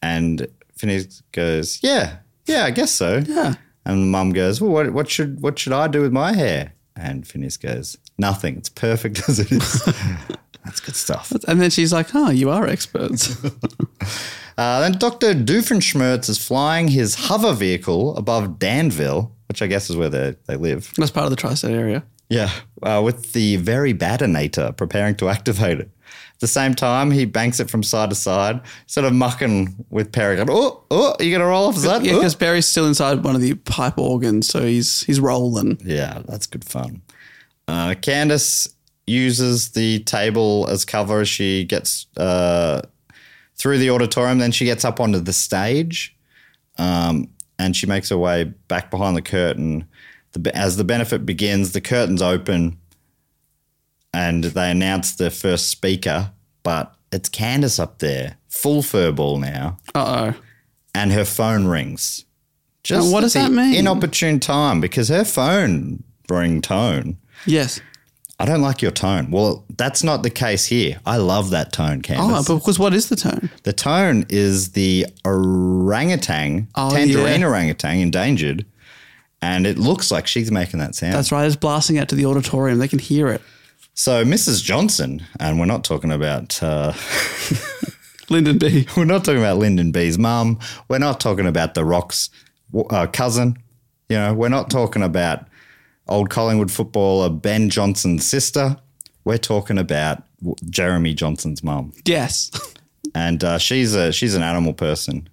S1: And Phineas goes, "Yeah, yeah, I guess so." Yeah. And mum goes, "Well, what, what should what should I do with my hair?" And Phineas goes, "Nothing. It's perfect as it is." That's good stuff.
S2: And then she's like, oh, you are experts.
S1: Uh, then Dr. Doofenshmirtz is flying his hover vehicle above Danville, which I guess is where they, they live.
S2: That's part of the tri state area.
S1: Yeah, uh, with the very badinator preparing to activate it. At the same time, he banks it from side to side, sort of mucking with Perry. Going, oh, oh, you going to roll off is that? Oh."
S2: Yeah, because Barry's still inside one of the pipe organs, so he's he's rolling.
S1: Yeah, that's good fun. Uh, Candace uses the table as cover as she gets uh, through the auditorium. Then she gets up onto the stage um, and she makes her way back behind the curtain. The, as the benefit begins, the curtains open and they announce the first speaker, but it's Candace up there, full furball now,
S2: Uh oh.
S1: and her phone rings. Just
S2: Now, what
S1: at
S2: does that
S1: the
S2: mean?
S1: Inopportune time because her phone ring tone.
S2: Yes.
S1: I don't like your tone. Well, that's not the case here. I love that tone,
S2: Oh,
S1: Candace.
S2: but because what is the tone?
S1: the tone is the orangutan,
S2: Oh,
S1: tangerine
S2: yeah.
S1: orangutan, endangered, and it looks like she's making that sound.
S2: That's right. It's blasting out to the auditorium. They can hear it.
S1: So, Mrs. Johnson, and we're not talking about uh,
S2: Lyndon B.
S1: we're not talking about Lyndon B's mum. We're not talking about the Rock's uh, cousin. You know, we're not talking about old Collingwood footballer Ben Johnson's sister. We're talking about w- Jeremy Johnson's mum.
S2: Yes.
S1: and uh, she's a she's an animal person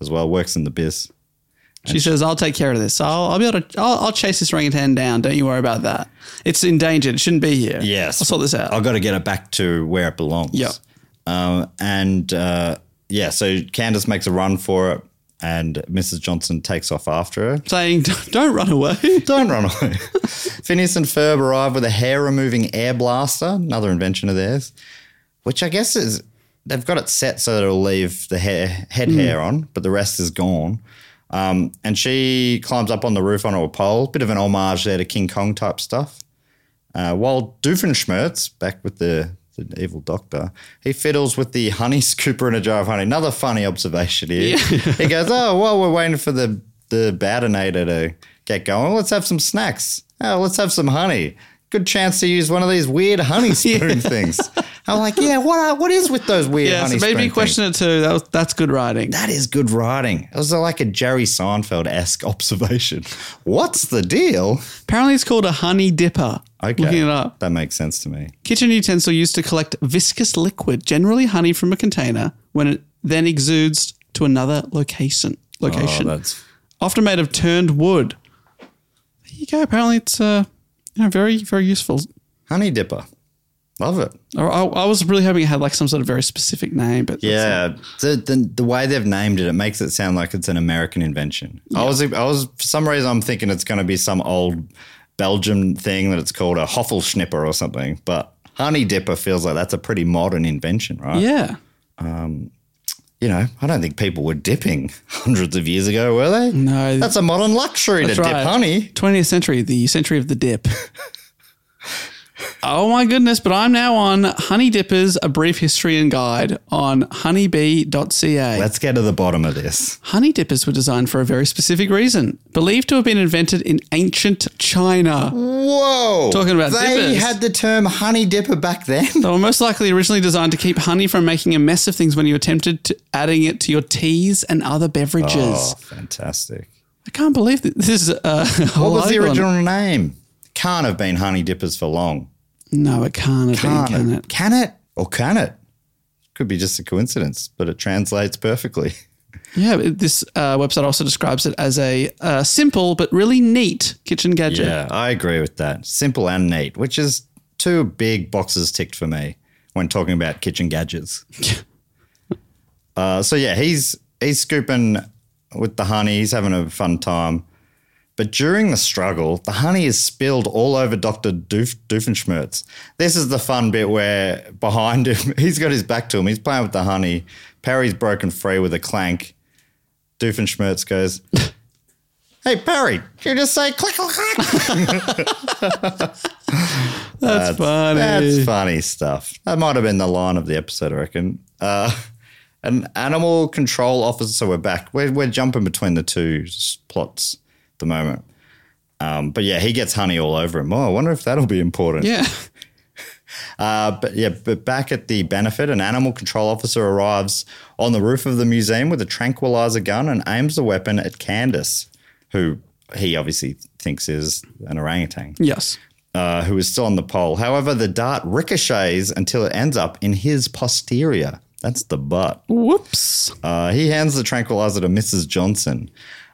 S1: as well. Works in the biz.
S2: She says, I'll take care of this. I'll, I'll be able to, I'll, I'll chase this orangutan down. Don't you worry about that. It's endangered. It shouldn't be here. I'll sort this out.
S1: I've got to get it back to where it belongs.
S2: Yep.
S1: Um, and uh, yeah, so Candace makes a run for it, and Mrs. Johnson takes off after her.
S2: Saying, "Don't- don't run away.
S1: Don't run away. Phineas and Ferb arrive with a hair removing air blaster, another invention of theirs, which I guess is they've got it set so that it'll leave the hair, head hair on, but the rest is gone. Um, and she climbs up on the roof onto a pole, bit of an homage there to King Kong type stuff. Uh, while Doofenshmirtz, back with the, the evil doctor, he fiddles with the honey scooper in a jar of honey. Another funny observation here. he goes, Oh, well, we're waiting for the, the badinator to get going. Let's have some snacks. Oh, let's have some honey. Good chance to use one of these weird honey spoon things. I'm like, Yeah, what, are, what is with those weird
S2: Yeah,
S1: honey
S2: so
S1: spoon
S2: maybe
S1: things?
S2: question it too. That was, that's good writing.
S1: That is good writing. It was like a Jerry Seinfeld esque observation. What's the deal?
S2: Apparently, it's called a honey dipper.
S1: Okay.
S2: Looking it up.
S1: That makes sense to me.
S2: Kitchen utensil used to collect viscous liquid, generally honey, from a container when it then exudes to another location. Location.
S1: that's-
S2: often made of turned wood. There you go. Apparently, it's uh, you know, very very useful.
S1: Honey dipper. Love it.
S2: I, I, I was really hoping it had like some sort of very specific name, but that's not-
S1: Yeah, the, the the way they've named it, it makes it sound like it's an American invention. I was I was for some reason I'm thinking it's going to be some old Belgian thing that it's called a Hoffelschnipper or something, but honey dipper feels like that's a pretty modern invention, right?
S2: yeah.
S1: You know, I don't think people were dipping hundreds of years ago, were they?
S2: No.
S1: that's a modern luxury to
S2: That's right.
S1: dip honey.
S2: 20th century, the century of the dip. Oh my goodness, but I'm now on Honey Dippers, a brief history and guide on honeybee.ca.
S1: Let's get to the bottom of this.
S2: Honey dippers were designed for a very specific reason, believed to have been invented in ancient
S1: Mm.
S2: China.
S1: Whoa!
S2: Talking about
S1: they
S2: dippers.
S1: had the term honey dipper back then.
S2: They were most likely originally designed to keep honey from making a mess of things when you attempted to adding it to your teas and other beverages.
S1: Oh, fantastic!
S2: I can't believe that this is a whole
S1: What was the
S2: article on-
S1: original name? Can't have been honey dippers for long.
S2: No, it can't have
S1: Can't
S2: been, can
S1: it?
S2: it?
S1: Can it? Or can it? Could be just a coincidence, but it translates perfectly.
S2: Yeah, but this uh, website also describes it as a uh, simple but really neat kitchen gadget.
S1: Yeah, I agree with that. Simple and neat, which is two big boxes ticked for me when talking about kitchen gadgets. uh, so yeah, he's he's scooping with the honey. He's having a fun time. But during the struggle, the honey is spilled all over Dr. Doof, Doofenshmirtz. This is the fun bit where behind him, he's got his back to him. He's playing with the honey. Perry's broken free with a clank. Doofenshmirtz goes, Hey, Perry, you just say click, click, click.
S2: That's, funny.
S1: That's funny stuff. That might have been the line of the episode, I reckon. Uh, an animal control officer. So we're back. We're, we're jumping between the two s- plots at the moment. Um, but yeah, he gets honey all over him. Oh, I wonder if that'll be important.
S2: yeah.
S1: Uh, but yeah, but back at the benefit, an animal control officer arrives on the roof of the museum with a tranquilizer gun and aims the weapon at Candace, who he obviously thinks is an orangutan
S2: Yes.
S1: uh, who is still on the pole. However, the dart ricochets until it ends up in his posterior. That's the butt.
S2: Whoops.
S1: Uh, he hands the tranquilizer to Mrs. Johnson.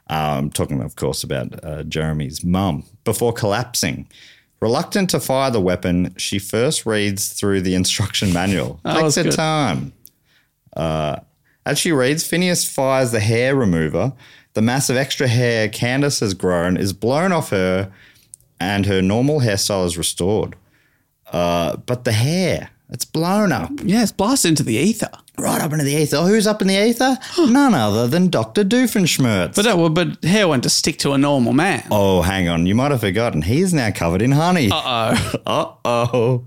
S1: Um, talking, of course, about uh, Jeremy's mum before collapsing. Reluctant to fire the weapon, she first reads through the instruction manual. Takes
S2: was
S1: her
S2: good.
S1: time. Uh, as she reads, Phineas fires the hair remover. The mass of extra hair Candace has grown is blown off her, and her normal hairstyle is restored. Uh, but the hair, it's blown up
S2: Yeah, it's blasted into the ether.
S1: right up into the ether. Who's up in the ether? None other than Dr. Doofenshmirtz.
S2: But, uh, well, but hair went to stick to a normal man.
S1: oh, hang on. You might have forgotten. He is now covered in honey. Uh-oh. Uh-oh.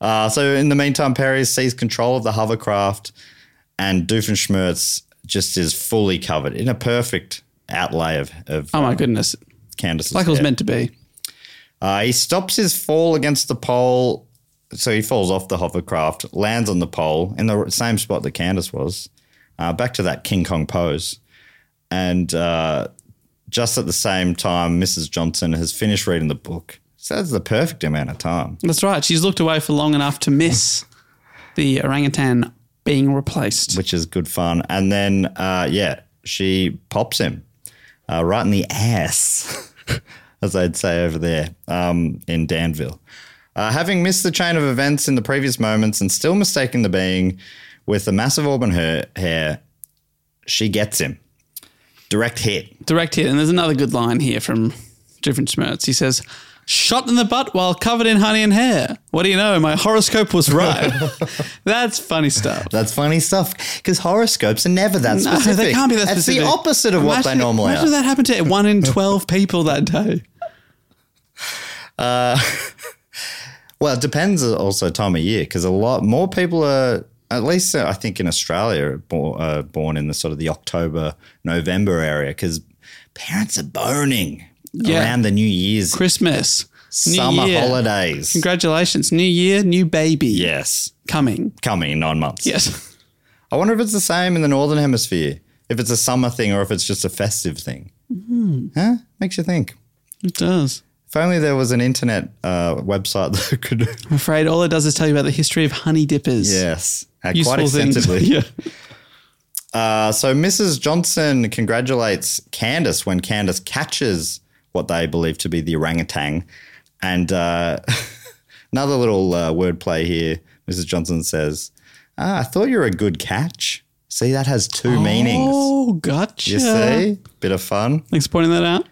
S1: Uh, so in the meantime, Perry sees control of the hovercraft and Doofenshmirtz just is fully covered in a perfect outlay of, of
S2: Oh my goodness.
S1: Candace's
S2: Like it was
S1: hair.
S2: meant to be.
S1: Uh, he stops his fall against the pole. So he falls off the hovercraft, lands on the pole in the same spot that Candace was, uh, back to that King Kong pose. And uh, just at the same time, Mrs. Johnson has finished reading the book. So that's the perfect amount of time.
S2: That's right. She's looked away for long enough to miss the orangutan being replaced.
S1: which is good fun. And then, uh, yeah, she pops him uh, right in the ass, as they'd say over there um, in Danville. Uh, having missed the chain of events in the previous moments and still mistaking the being with the massive auburn hair, hair she gets him. Direct hit.
S2: Direct hit. And there's another good line here from Different Schmertz. He says, Shot in the butt while covered in honey and hair. What do you know? My horoscope was right. That's funny stuff.
S1: That's funny stuff because horoscopes are never that specific.
S2: they can't be that
S1: That's
S2: specific.
S1: the opposite of what they
S2: Imagine-
S1: normally
S2: Imagine
S1: are.
S2: if that happened to one in 12 people that day.
S1: Well, it depends also time of year because a lot more people are, at least uh, I think in Australia, are born, uh, born in the sort of the October November area because parents are boning
S2: Yeah.
S1: around the New Year's
S2: Christmas. New
S1: summer
S2: year.
S1: holidays.
S2: Congratulations. New year, new baby.
S1: yes,
S2: Coming.
S1: coming in nine months.
S2: Yes.
S1: I wonder if it's the same in the northern hemisphere. If it's a summer thing or if it's just a festive thing.
S2: Mm-hmm.
S1: Huh? Makes you think.
S2: It does.
S1: If only there was an internet uh, website that could.
S2: I'm afraid all it does is tell you about the history of honey dippers.
S1: yes. Uh, quite
S2: Useful things.
S1: extensively.
S2: yeah.
S1: Uh, so Mrs. Johnson congratulates Candace when Candace catches what they believe to be the orangutan. And uh, another little uh, wordplay here. Mrs. Johnson says, ah, I thought you were a good catch. See, that has two meanings.
S2: Oh, gotcha.
S1: You see? Bit of fun.
S2: Thanks for pointing that out.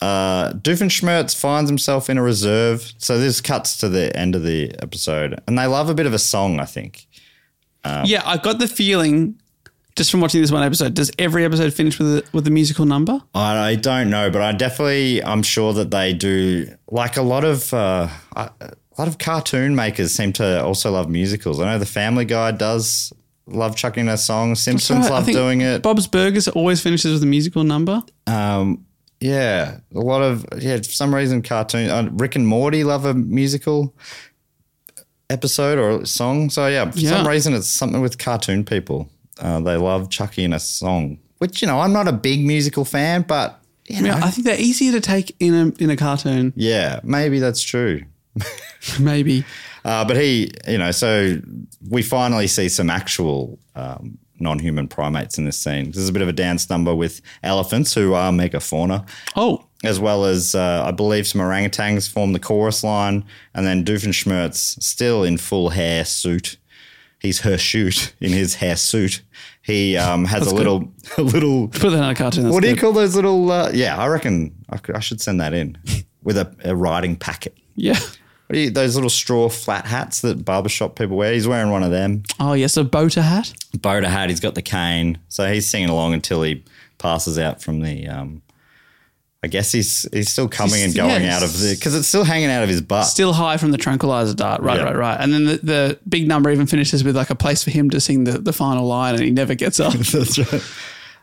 S1: Uh, Doofenshmirtz finds himself in a reserve. So this cuts to the end of the episode. And they love a bit of a song, I think. Um,
S2: yeah, I've got the feeling just from watching this one episode. Does every episode finish with a, with a musical number?
S1: I, I don't know, but I definitely, I'm sure that they do like a lot of, uh, I, lot of cartoon makers seem to also love musicals. I know The Family Guy does love chucking a song. Simpsons
S2: Right, I
S1: love
S2: think
S1: doing it.
S2: Bob's Burgers always finishes with a musical number.
S1: Um, yeah, a lot of yeah. For some reason, cartoon uh, Rick and Morty love a musical episode or song. So yeah, for
S2: Yeah.
S1: some reason, it's something with cartoon people. Uh, they love chucking a song, which you know I'm not a big musical fan, but you know,
S2: Yeah, I think they're easier to take in a in a cartoon.
S1: yeah, maybe that's true.
S2: Maybe
S1: Uh, but he, you know, so we finally see some actual um, non-human primates in this scene. There's a bit of a dance number with elephants who are megafauna.
S2: oh
S1: as well as uh, I believe some orangutans form the chorus line, and then Doofenshmirtz, still in full hair suit, he's her shoot in his hair suit. He um, has a little, a little.
S2: put that in a cartoon. that's
S1: What do you
S2: good.
S1: call those little? Uh, yeah, I reckon I, c- I should send that in with a, a riding packet.
S2: Yeah.
S1: What do you, those little straw flat hats that barbershop people wear. He's wearing one of them.
S2: Oh yes, a boater hat.
S1: Boda hat. He's got the cane, so he's singing along until he passes out from the. Um, I guess he's he's still coming and
S2: yeah,
S1: going
S2: he's-
S1: out of the because it's still hanging out of his butt.
S2: Still high from the tranquilizer dart. Right,
S1: Yeah.
S2: right, right. And then the, the big number even finishes with like a place for him to sing the, the final line, and he never gets up.
S1: That's right.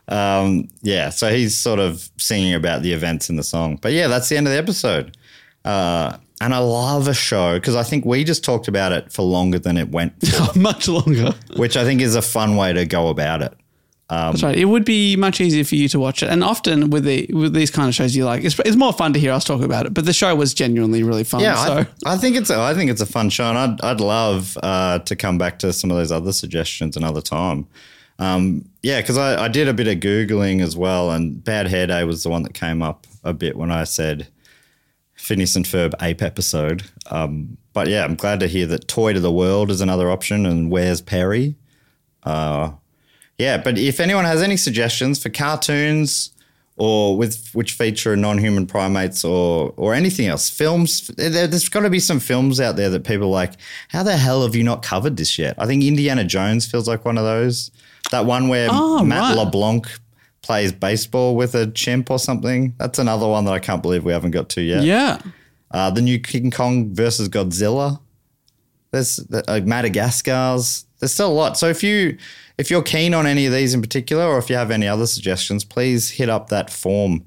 S1: Um, yeah, so he's sort of singing about the events in the song. But yeah, that's the end of the episode. Uh, and I love a show because I think we just talked about it for longer than it went,
S2: Much longer.
S1: which I think is a fun way to go about it. Um,
S2: That's right. It would be much easier for you to watch it. And often with the with these kind of shows, you like it's, it's more fun to hear us talk about it. But the show was genuinely really fun.
S1: Yeah,
S2: Um, so.
S1: I, I think it's a, I think it's a fun show, and I'd I'd love uh, to come back to some of those other suggestions another time. Um, yeah, because I, I did a bit of googling as well, and Bad Hair Day was the one that came up a bit when I said Phineas and Ferb ape episode. Um, but yeah, I'm glad to hear that Toy to the World is another option, and Where's Perry? Uh, Yeah, but if anyone has any suggestions for cartoons or with which feature non-human primates or or anything else, films, there- there's got to be some films out there that people are like. How the hell have you not covered this yet? I think Indiana Jones feels like one of those. That one where
S2: Oh,
S1: Matt
S2: right.
S1: LeBlanc plays baseball with a chimp or something. That's another one that I can't believe we haven't got to yet.
S2: yeah.
S1: Uh, the new King Kong versus Godzilla. There's uh, Madagascar's. There's still a lot. So if you if you're keen on any of these in particular, or if you have any other suggestions, please hit up that form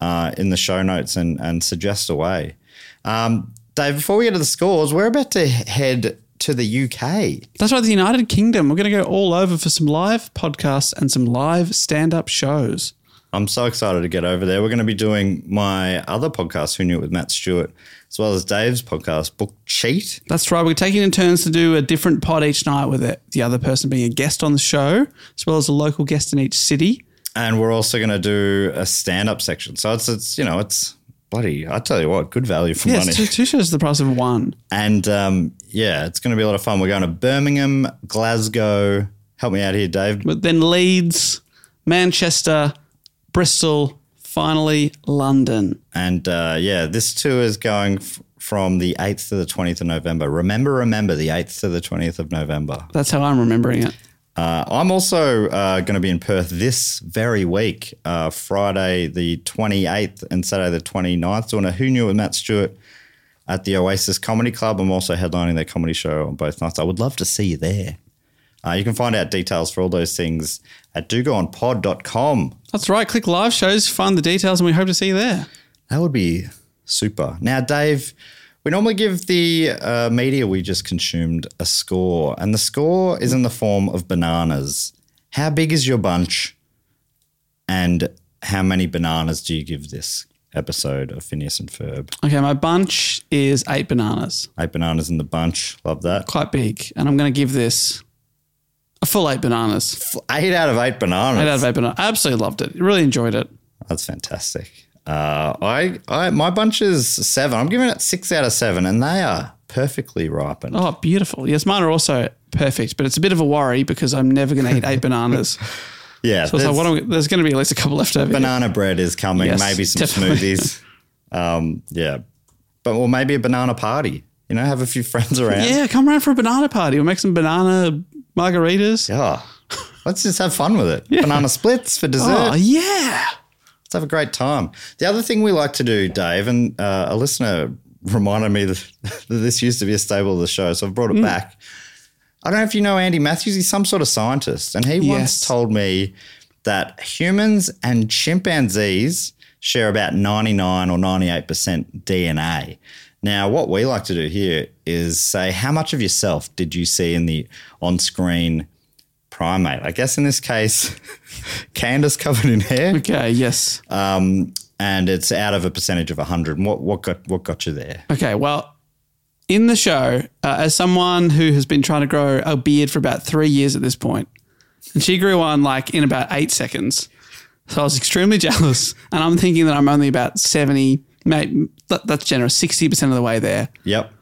S1: uh, in the show notes and and suggest away. Um, Dave, before we get to the scores, we're about to head to the UK.
S2: That's right, the United Kingdom. We're going to go all over for some live podcasts and some live stand up shows.
S1: I'm so excited to get over there. We're going to be doing my other podcast, Who Knew It with Matt Stewart, as well as Dave's podcast, Book Cheat.
S2: That's right, we're taking in turns to do a different pod each night with it, the other person being a guest on the show, as well as a local guest in each city.
S1: and we're also going to do a stand-up section. So it's it's you know it's bloody. I tell you what, good value for
S2: Yes,
S1: money.
S2: two, two shows is the price of one.
S1: and um, yeah, it's going to be a lot of fun. We're going to Birmingham, Glasgow. Help me out here, Dave.
S2: But then Leeds, Manchester, Bristol, finally London.
S1: And uh, yeah, this tour is going f- from the eighth to the twentieth of November. Remember, remember the eighth to the twentieth of November.
S2: That's how I'm remembering it.
S1: Uh, I'm also uh, going to be in Perth this very week, uh, Friday the 28th and Saturday the 29th, doing a Who Knew It with Matt Stewart at the Oasis Comedy Club. I'm also headlining their comedy show on both nights. I would love to see you there. Uh, you can find out details for all those things at dogoonpod.com.
S2: That's right, click live shows, find the details, and we hope to see you there.
S1: That would be super. Now, Dave, we normally give the uh, media we just consumed a score, and the score is in the form of bananas. How big is your bunch? And how many bananas do you give this episode of Phineas and Ferb?
S2: Okay, my bunch is eight bananas.
S1: Eight bananas in the bunch. Love that.
S2: quite big, and I'm going to give this a full eight bananas.
S1: Eight out of eight bananas.
S2: Eight out of eight bananas. Absolutely loved it. Really enjoyed it.
S1: That's fantastic. Uh, I, I, my bunch is seven. I'm giving it six out of seven, and they are perfectly ripened.
S2: Oh, beautiful. Yes, mine are also perfect, but it's a bit of a worry because I'm never going to eat eight bananas.
S1: yeah,
S2: So it's like,
S1: there's-
S2: what am I- there's going to be at least a couple left over. here.
S1: banana bread is coming.
S2: Yes,
S1: maybe some
S2: definitely.
S1: smoothies. Um, yeah, but or maybe a banana party. You know, have a few friends around.
S2: Yeah, come around for a banana party. We'll make some banana margaritas.
S1: Yeah. Let's just have fun with it. Banana splits for dessert.
S2: Oh, yeah.
S1: Let's have a great time. The other thing we like to do, Dave, and uh, a listener reminded me that that this used to be a staple of the show, so I've brought it back. I don't know if you know Andy Matthews. He's some sort of scientist, and he
S2: Yes.
S1: once told me that humans and chimpanzees share about ninety nine or ninety eight percent DNA. Now, what we like to do here is say how much of yourself did you see in the on screen primate? I guess in this case, Candace covered in hair
S2: Okay, yes.
S1: um, and it's out of a percentage of hundred. What what got what got you there?
S2: Okay, well, in the show, uh, as someone who has been trying to grow a beard for about three years at this point, and she grew one like in about eight seconds. So I was extremely jealous, and I'm thinking that I'm only about 70, mate, that, that's generous, 60% of the way there.
S1: Yep.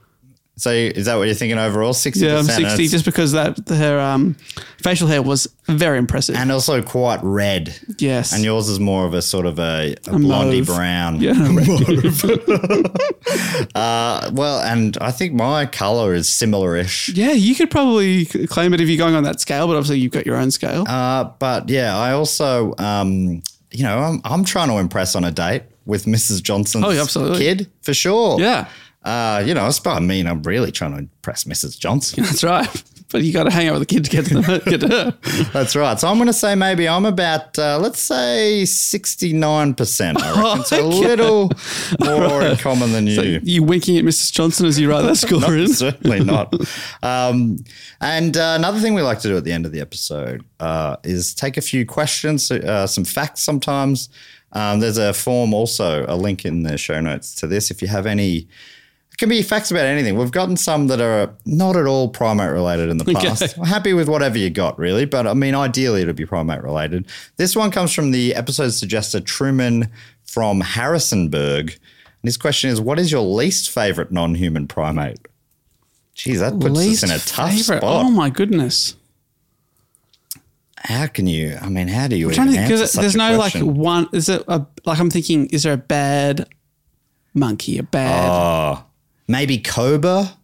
S1: So is that what you're thinking overall? Sixty.
S2: Yeah, I'm 60 just because that her um, facial hair was very impressive.
S1: and also quite red.
S2: yes.
S1: And yours is more of a sort of a, a blondie
S2: mauve.
S1: brown.
S2: yeah,
S1: Uh, well, and I think my color is similar-ish.
S2: yeah, you could probably claim it if you're going on that scale, but obviously you've got your own scale.
S1: Uh, but yeah, I also, um, you know, I'm, I'm trying to impress on a date with Mrs. Johnson's
S2: Oh, yeah, absolutely.
S1: kid for sure.
S2: yeah,
S1: Uh, you know, it's- I mean, I'm really trying to impress Mrs. Johnson.
S2: that's right. But you got to hang out with the kid to get to, the, get to her.
S1: That's right. So I'm going to say maybe I'm about, uh, let's say 69%. I reckon. It's a little more in common than
S2: So
S1: you.
S2: you winking at Mrs. Johnson as you write that score in?
S1: Certainly not. Um, and uh, another thing we like to do at the end of the episode uh, is take a few questions, uh, some facts sometimes. Um, there's a form also, a link in the show notes to this. If you have any, it can be facts about anything. We've gotten some that are not at all primate related in the past. I'm happy with whatever you got, really. But I mean, ideally, it'll be primate related. This one comes from the episode suggestor Truman from Harrisonburg. And his question is What is your least favorite non human primate? Jeez, that puts us in a tough
S2: favourite.
S1: spot.
S2: Oh my goodness!
S1: how can you? I mean, how do you?
S2: I'm trying to
S1: even
S2: think
S1: answer
S2: because
S1: such
S2: there's
S1: a
S2: no
S1: question?
S2: like one. Is it a, like I'm thinking? Is there a bad monkey? A
S1: Ah.
S2: bad?
S1: maybe Cobra.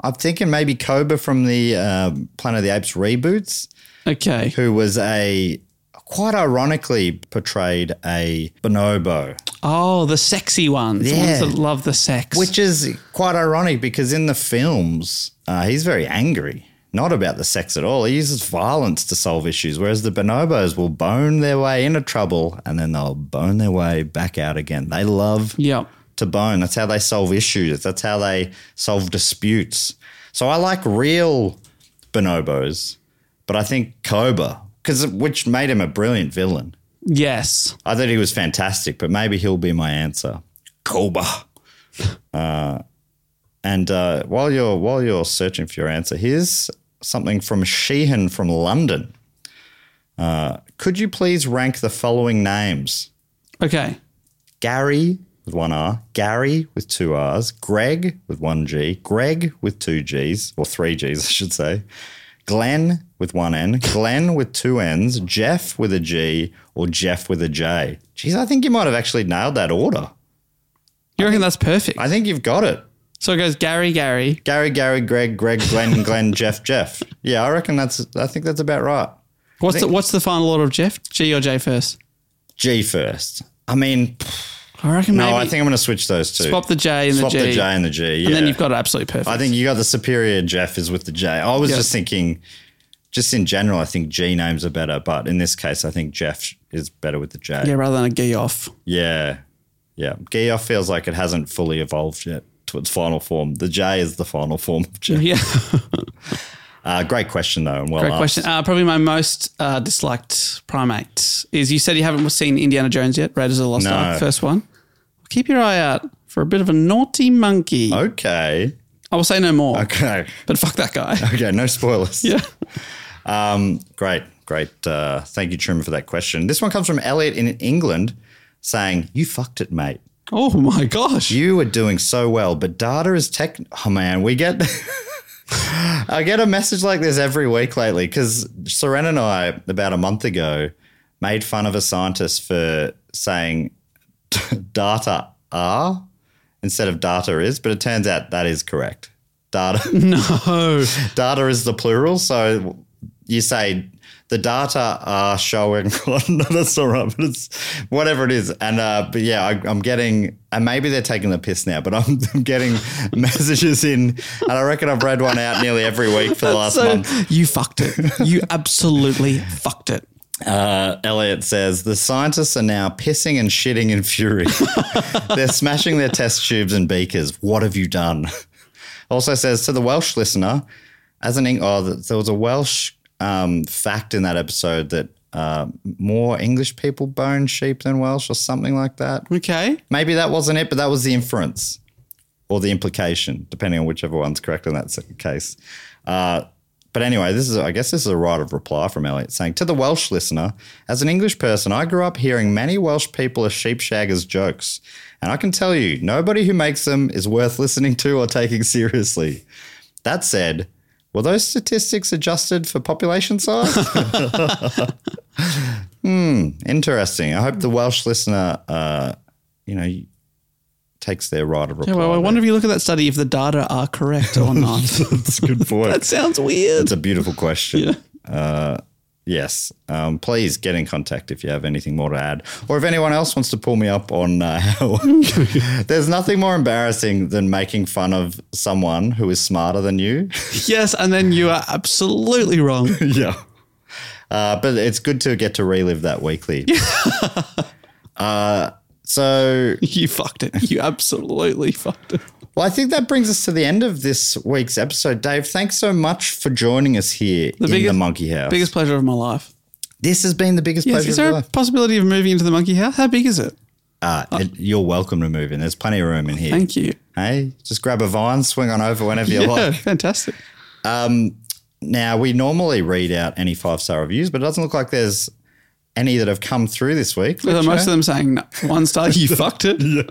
S1: I'm thinking maybe Cobra from the uh, Planet of the Apes reboots.
S2: okay.
S1: who was a quite ironically portrayed a bonobo,
S2: Oh, the sexy ones.
S1: Yeah.
S2: The ones that love the sex.
S1: which is quite ironic because in the films uh, he's very angry, not about the sex at all. He uses violence to solve issues, whereas the bonobos will bone their way into trouble and then they'll bone their way back out again. They love
S2: yeah.
S1: to bone. That's how they solve issues. That's how they solve disputes. So I like real bonobos, but I think Cobra, because which made him a brilliant villain.
S2: Yes.
S1: I thought he was fantastic, but maybe he'll be my answer. Cobra. Uh, and uh, while you're while you're searching for your answer, here's something from Sheehan from London. Uh, could you please rank the following names?
S2: Okay.
S1: Gary with one R, Gary with two R's, Greg with one G, Greg with two G's, or three G's, I should say, Glenn with one N, Glenn with two N's, Jeff with a G, or Jeff with a J. Jeez, I think you might have actually nailed that order.
S2: You reckon that's perfect?
S1: I think you've got it.
S2: so it goes Gary, Gary.
S1: Gary, Gary, Greg, Greg, Glenn, Glenn, Jeff, Jeff. Yeah, I reckon that's, I think that's about right.
S2: What's the, what's the final order of Jeff? G or J first?
S1: G first. I mean,
S2: I reckon
S1: no,
S2: maybe
S1: I think I'm going to switch those two.
S2: swap the J and
S1: Swap
S2: the G.
S1: the J and the G. Yeah.
S2: And then you've got it absolutely perfect.
S1: I think you got the superior Jeff is with the J. I was
S2: Yes.
S1: just thinking, just in general, I think G names are better, but in this case, I think Jeff is better with the J.
S2: yeah, rather than a G off.
S1: Yeah. Yeah. Geoff feels like it hasn't fully evolved yet to its final form. The J is the final form of Jeff.
S2: Yeah.
S1: Uh, great question, though. And well
S2: Great
S1: asked.
S2: question. Uh, probably my most uh, disliked primate is you said you haven't seen Indiana Jones yet, Raiders of the Lost
S1: No.
S2: Ark, first one. Keep your eye out for a bit of a naughty monkey.
S1: Okay.
S2: I will say no more,
S1: Oh. Okay.
S2: but fuck that guy.
S1: Okay. No spoilers.
S2: yeah.
S1: Um, great, great. Uh, thank you, Truman, for that question. This one comes from Elliot in England saying, You fucked it, mate.
S2: Oh my gosh.
S1: You were doing so well, but data is tech. Oh man, we get. I get a message like this every week lately because Serena and I, about a month ago, made fun of a scientist for saying data are instead of data is, but it turns out that is correct. Data,
S2: no.
S1: data is the plural, so you say the data are showing. no, that's not right, but it's whatever it is. And uh, but yeah, I, I'm getting, and maybe they're taking the piss now, but I'm, I'm getting messages in, and I reckon I've read one out nearly every week for the last month.
S2: You fucked it. You absolutely fucked it.
S1: Uh, Elliot says the scientists are now pissing and shitting in fury. They're smashing their test tubes and beakers. What have you done? Also says to the Welsh listener, as an Eng- oh, th- there was a Welsh um, fact in that episode that uh, more English people bone sheep than Welsh or something like that.
S2: Okay.
S1: Maybe that wasn't it, but that was the inference or the implication, depending on whichever one's correct in that s- case. Uh, but anyway, this is I guess this is a right of reply from Elliot saying to the Welsh listener, as an English person, I grew up hearing many Welsh people as sheep shaggers jokes, and I can tell you, nobody who makes them is worth listening to or taking seriously. That said, were those statistics adjusted for population size? Hmm, Interesting. I hope the Welsh listener, uh, you know, takes their right of reply.
S2: Yeah, well, I
S1: there.
S2: wonder if you look at that study if the data are correct or not.
S1: That's a good point.
S2: that sounds weird.
S1: That's a beautiful question. Uh, yes. Um, please get in contact if you have anything more to add, or if anyone else wants to pull me up on uh, how. There's nothing more embarrassing than making fun of someone who is smarter than you.
S2: Yes, and then you are absolutely wrong.
S1: yeah. Uh, but it's good to get to relive that weekly. uh, so
S2: You fucked it. You absolutely fucked it.
S1: Well, I think that brings us to the end of this week's episode. Dave, thanks so much for joining us here in
S2: biggest-
S1: the Monkey House.
S2: Biggest pleasure of my life.
S1: this has been the biggest
S2: Yes,
S1: pleasure
S2: is
S1: of
S2: there
S1: my
S2: a
S1: life.
S2: possibility of moving into the monkey house? How big is it?
S1: Uh, and you're welcome to move in. There's plenty of room in here.
S2: Thank you.
S1: Hey, just grab a vine, swing on over whenever you
S2: yeah,
S1: like.
S2: fantastic.
S1: Now, we normally read out any five star reviews, but it doesn't look like there's any that have come through this week.
S2: Although most of them saying no, one star, you fucked it.
S1: No,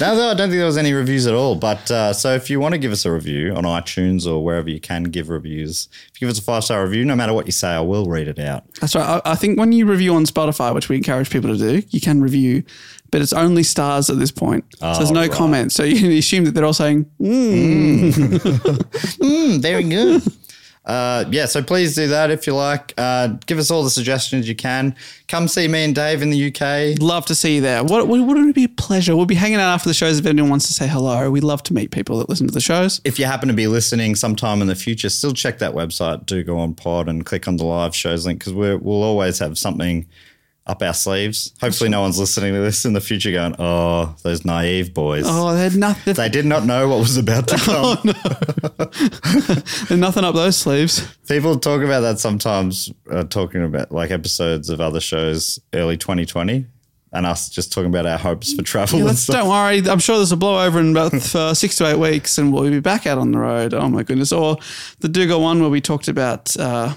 S1: no, I don't think there was any reviews at all. But uh, so if you want to give us a review on iTunes or wherever you can give reviews, if you give us a five star review, no matter what you say, I will read it out.
S2: That's right. I, I think when you review on Spotify, which we encourage people to do, you can review, but it's only stars at this point. so there's no comments. So you can assume that they're all saying,
S1: very good. Uh, yeah, so please do that if you like. Uh, give us all the suggestions you can. Come see me and Dave in the UK.
S2: love to see you there. What, what, what would it be a pleasure? We'll be hanging out after the shows if anyone wants to say hello. We love to meet people that listen to the shows.
S1: If you happen to be listening sometime in the future, still check that website. Do go on pod and click on the live shows link because we'll always have something up our sleeves. Hopefully, no one's listening to this in the future going, oh, those naive boys.
S2: Oh, they had nothing,
S1: They did not know what was about to come.
S2: they had nothing up those sleeves.
S1: People talk about that sometimes, uh, talking about like episodes of other shows early 2020 and us just talking about our hopes for travel
S2: Yeah,
S1: and
S2: that's,
S1: stuff.
S2: don't worry. I'm sure this will blow over in about uh, six to eight weeks, and we'll be back out on the road. Oh my goodness! Or the Dugo one where we talked about uh,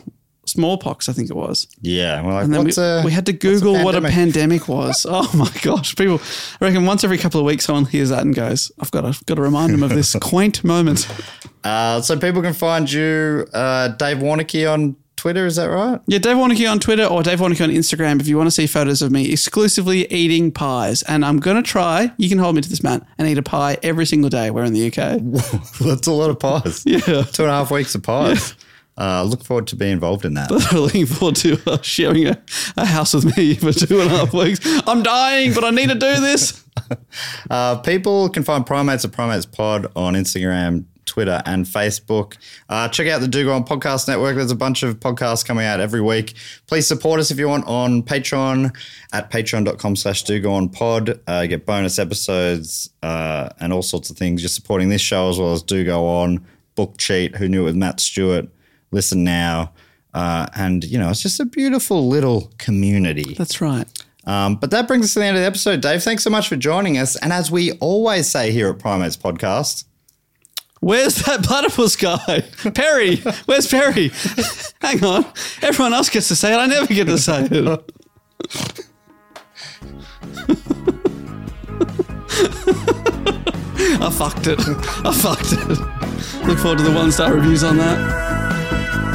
S2: smallpox, I think it was.
S1: Yeah, well, like,
S2: And then
S1: what's
S2: we,
S1: a,
S2: we had to
S1: what's
S2: Google what a
S1: pandemic?
S2: pandemic was. Oh my gosh, people! I reckon once every couple of weeks, someone hears that and goes, "I've got to got to remind them of this quaint moment."
S1: Uh, so people can find you, uh, Dave Warnicky on Twitter. Is that right?
S2: Yeah, Dave Warnicky on Twitter or Dave Warnicky on Instagram if you want to see photos of me exclusively eating pies. And I'm gonna try. You can hold me to this, Matt, and eat a pie every single day. We're in the UK.
S1: That's a lot of pies. yeah, two and a half weeks of pies. Uh, look forward to being involved in that.
S2: I'm looking forward to uh, sharing a, a house with me for two and a half weeks. I'm dying, but I need to do this.
S1: Uh, people can find Primates at Primates Pod on Instagram, Twitter, and Facebook. Uh, check out the Do Go On Podcast Network. There's a bunch of podcasts coming out every week. Please support us if you want on Patreon at patreon.com slash Do Go On Pod. Uh, you get bonus episodes uh, and all sorts of things. You're supporting this show as well as Do Go On, Book Cheat, Who Knew It with Matt Stewart, Listen Now. Uh, and, you know, it's just a beautiful little community.
S2: That's right.
S1: Um, but that brings us to the end of the episode, Dave. Thanks so much for joining us. And as we always say here at Primates Podcast,
S2: Where's that platypus guy? Perry. Where's Perry? Hang on. Everyone else gets to say it. I never get to say it. I fucked it. I fucked it. Look forward to the one star reviews on that.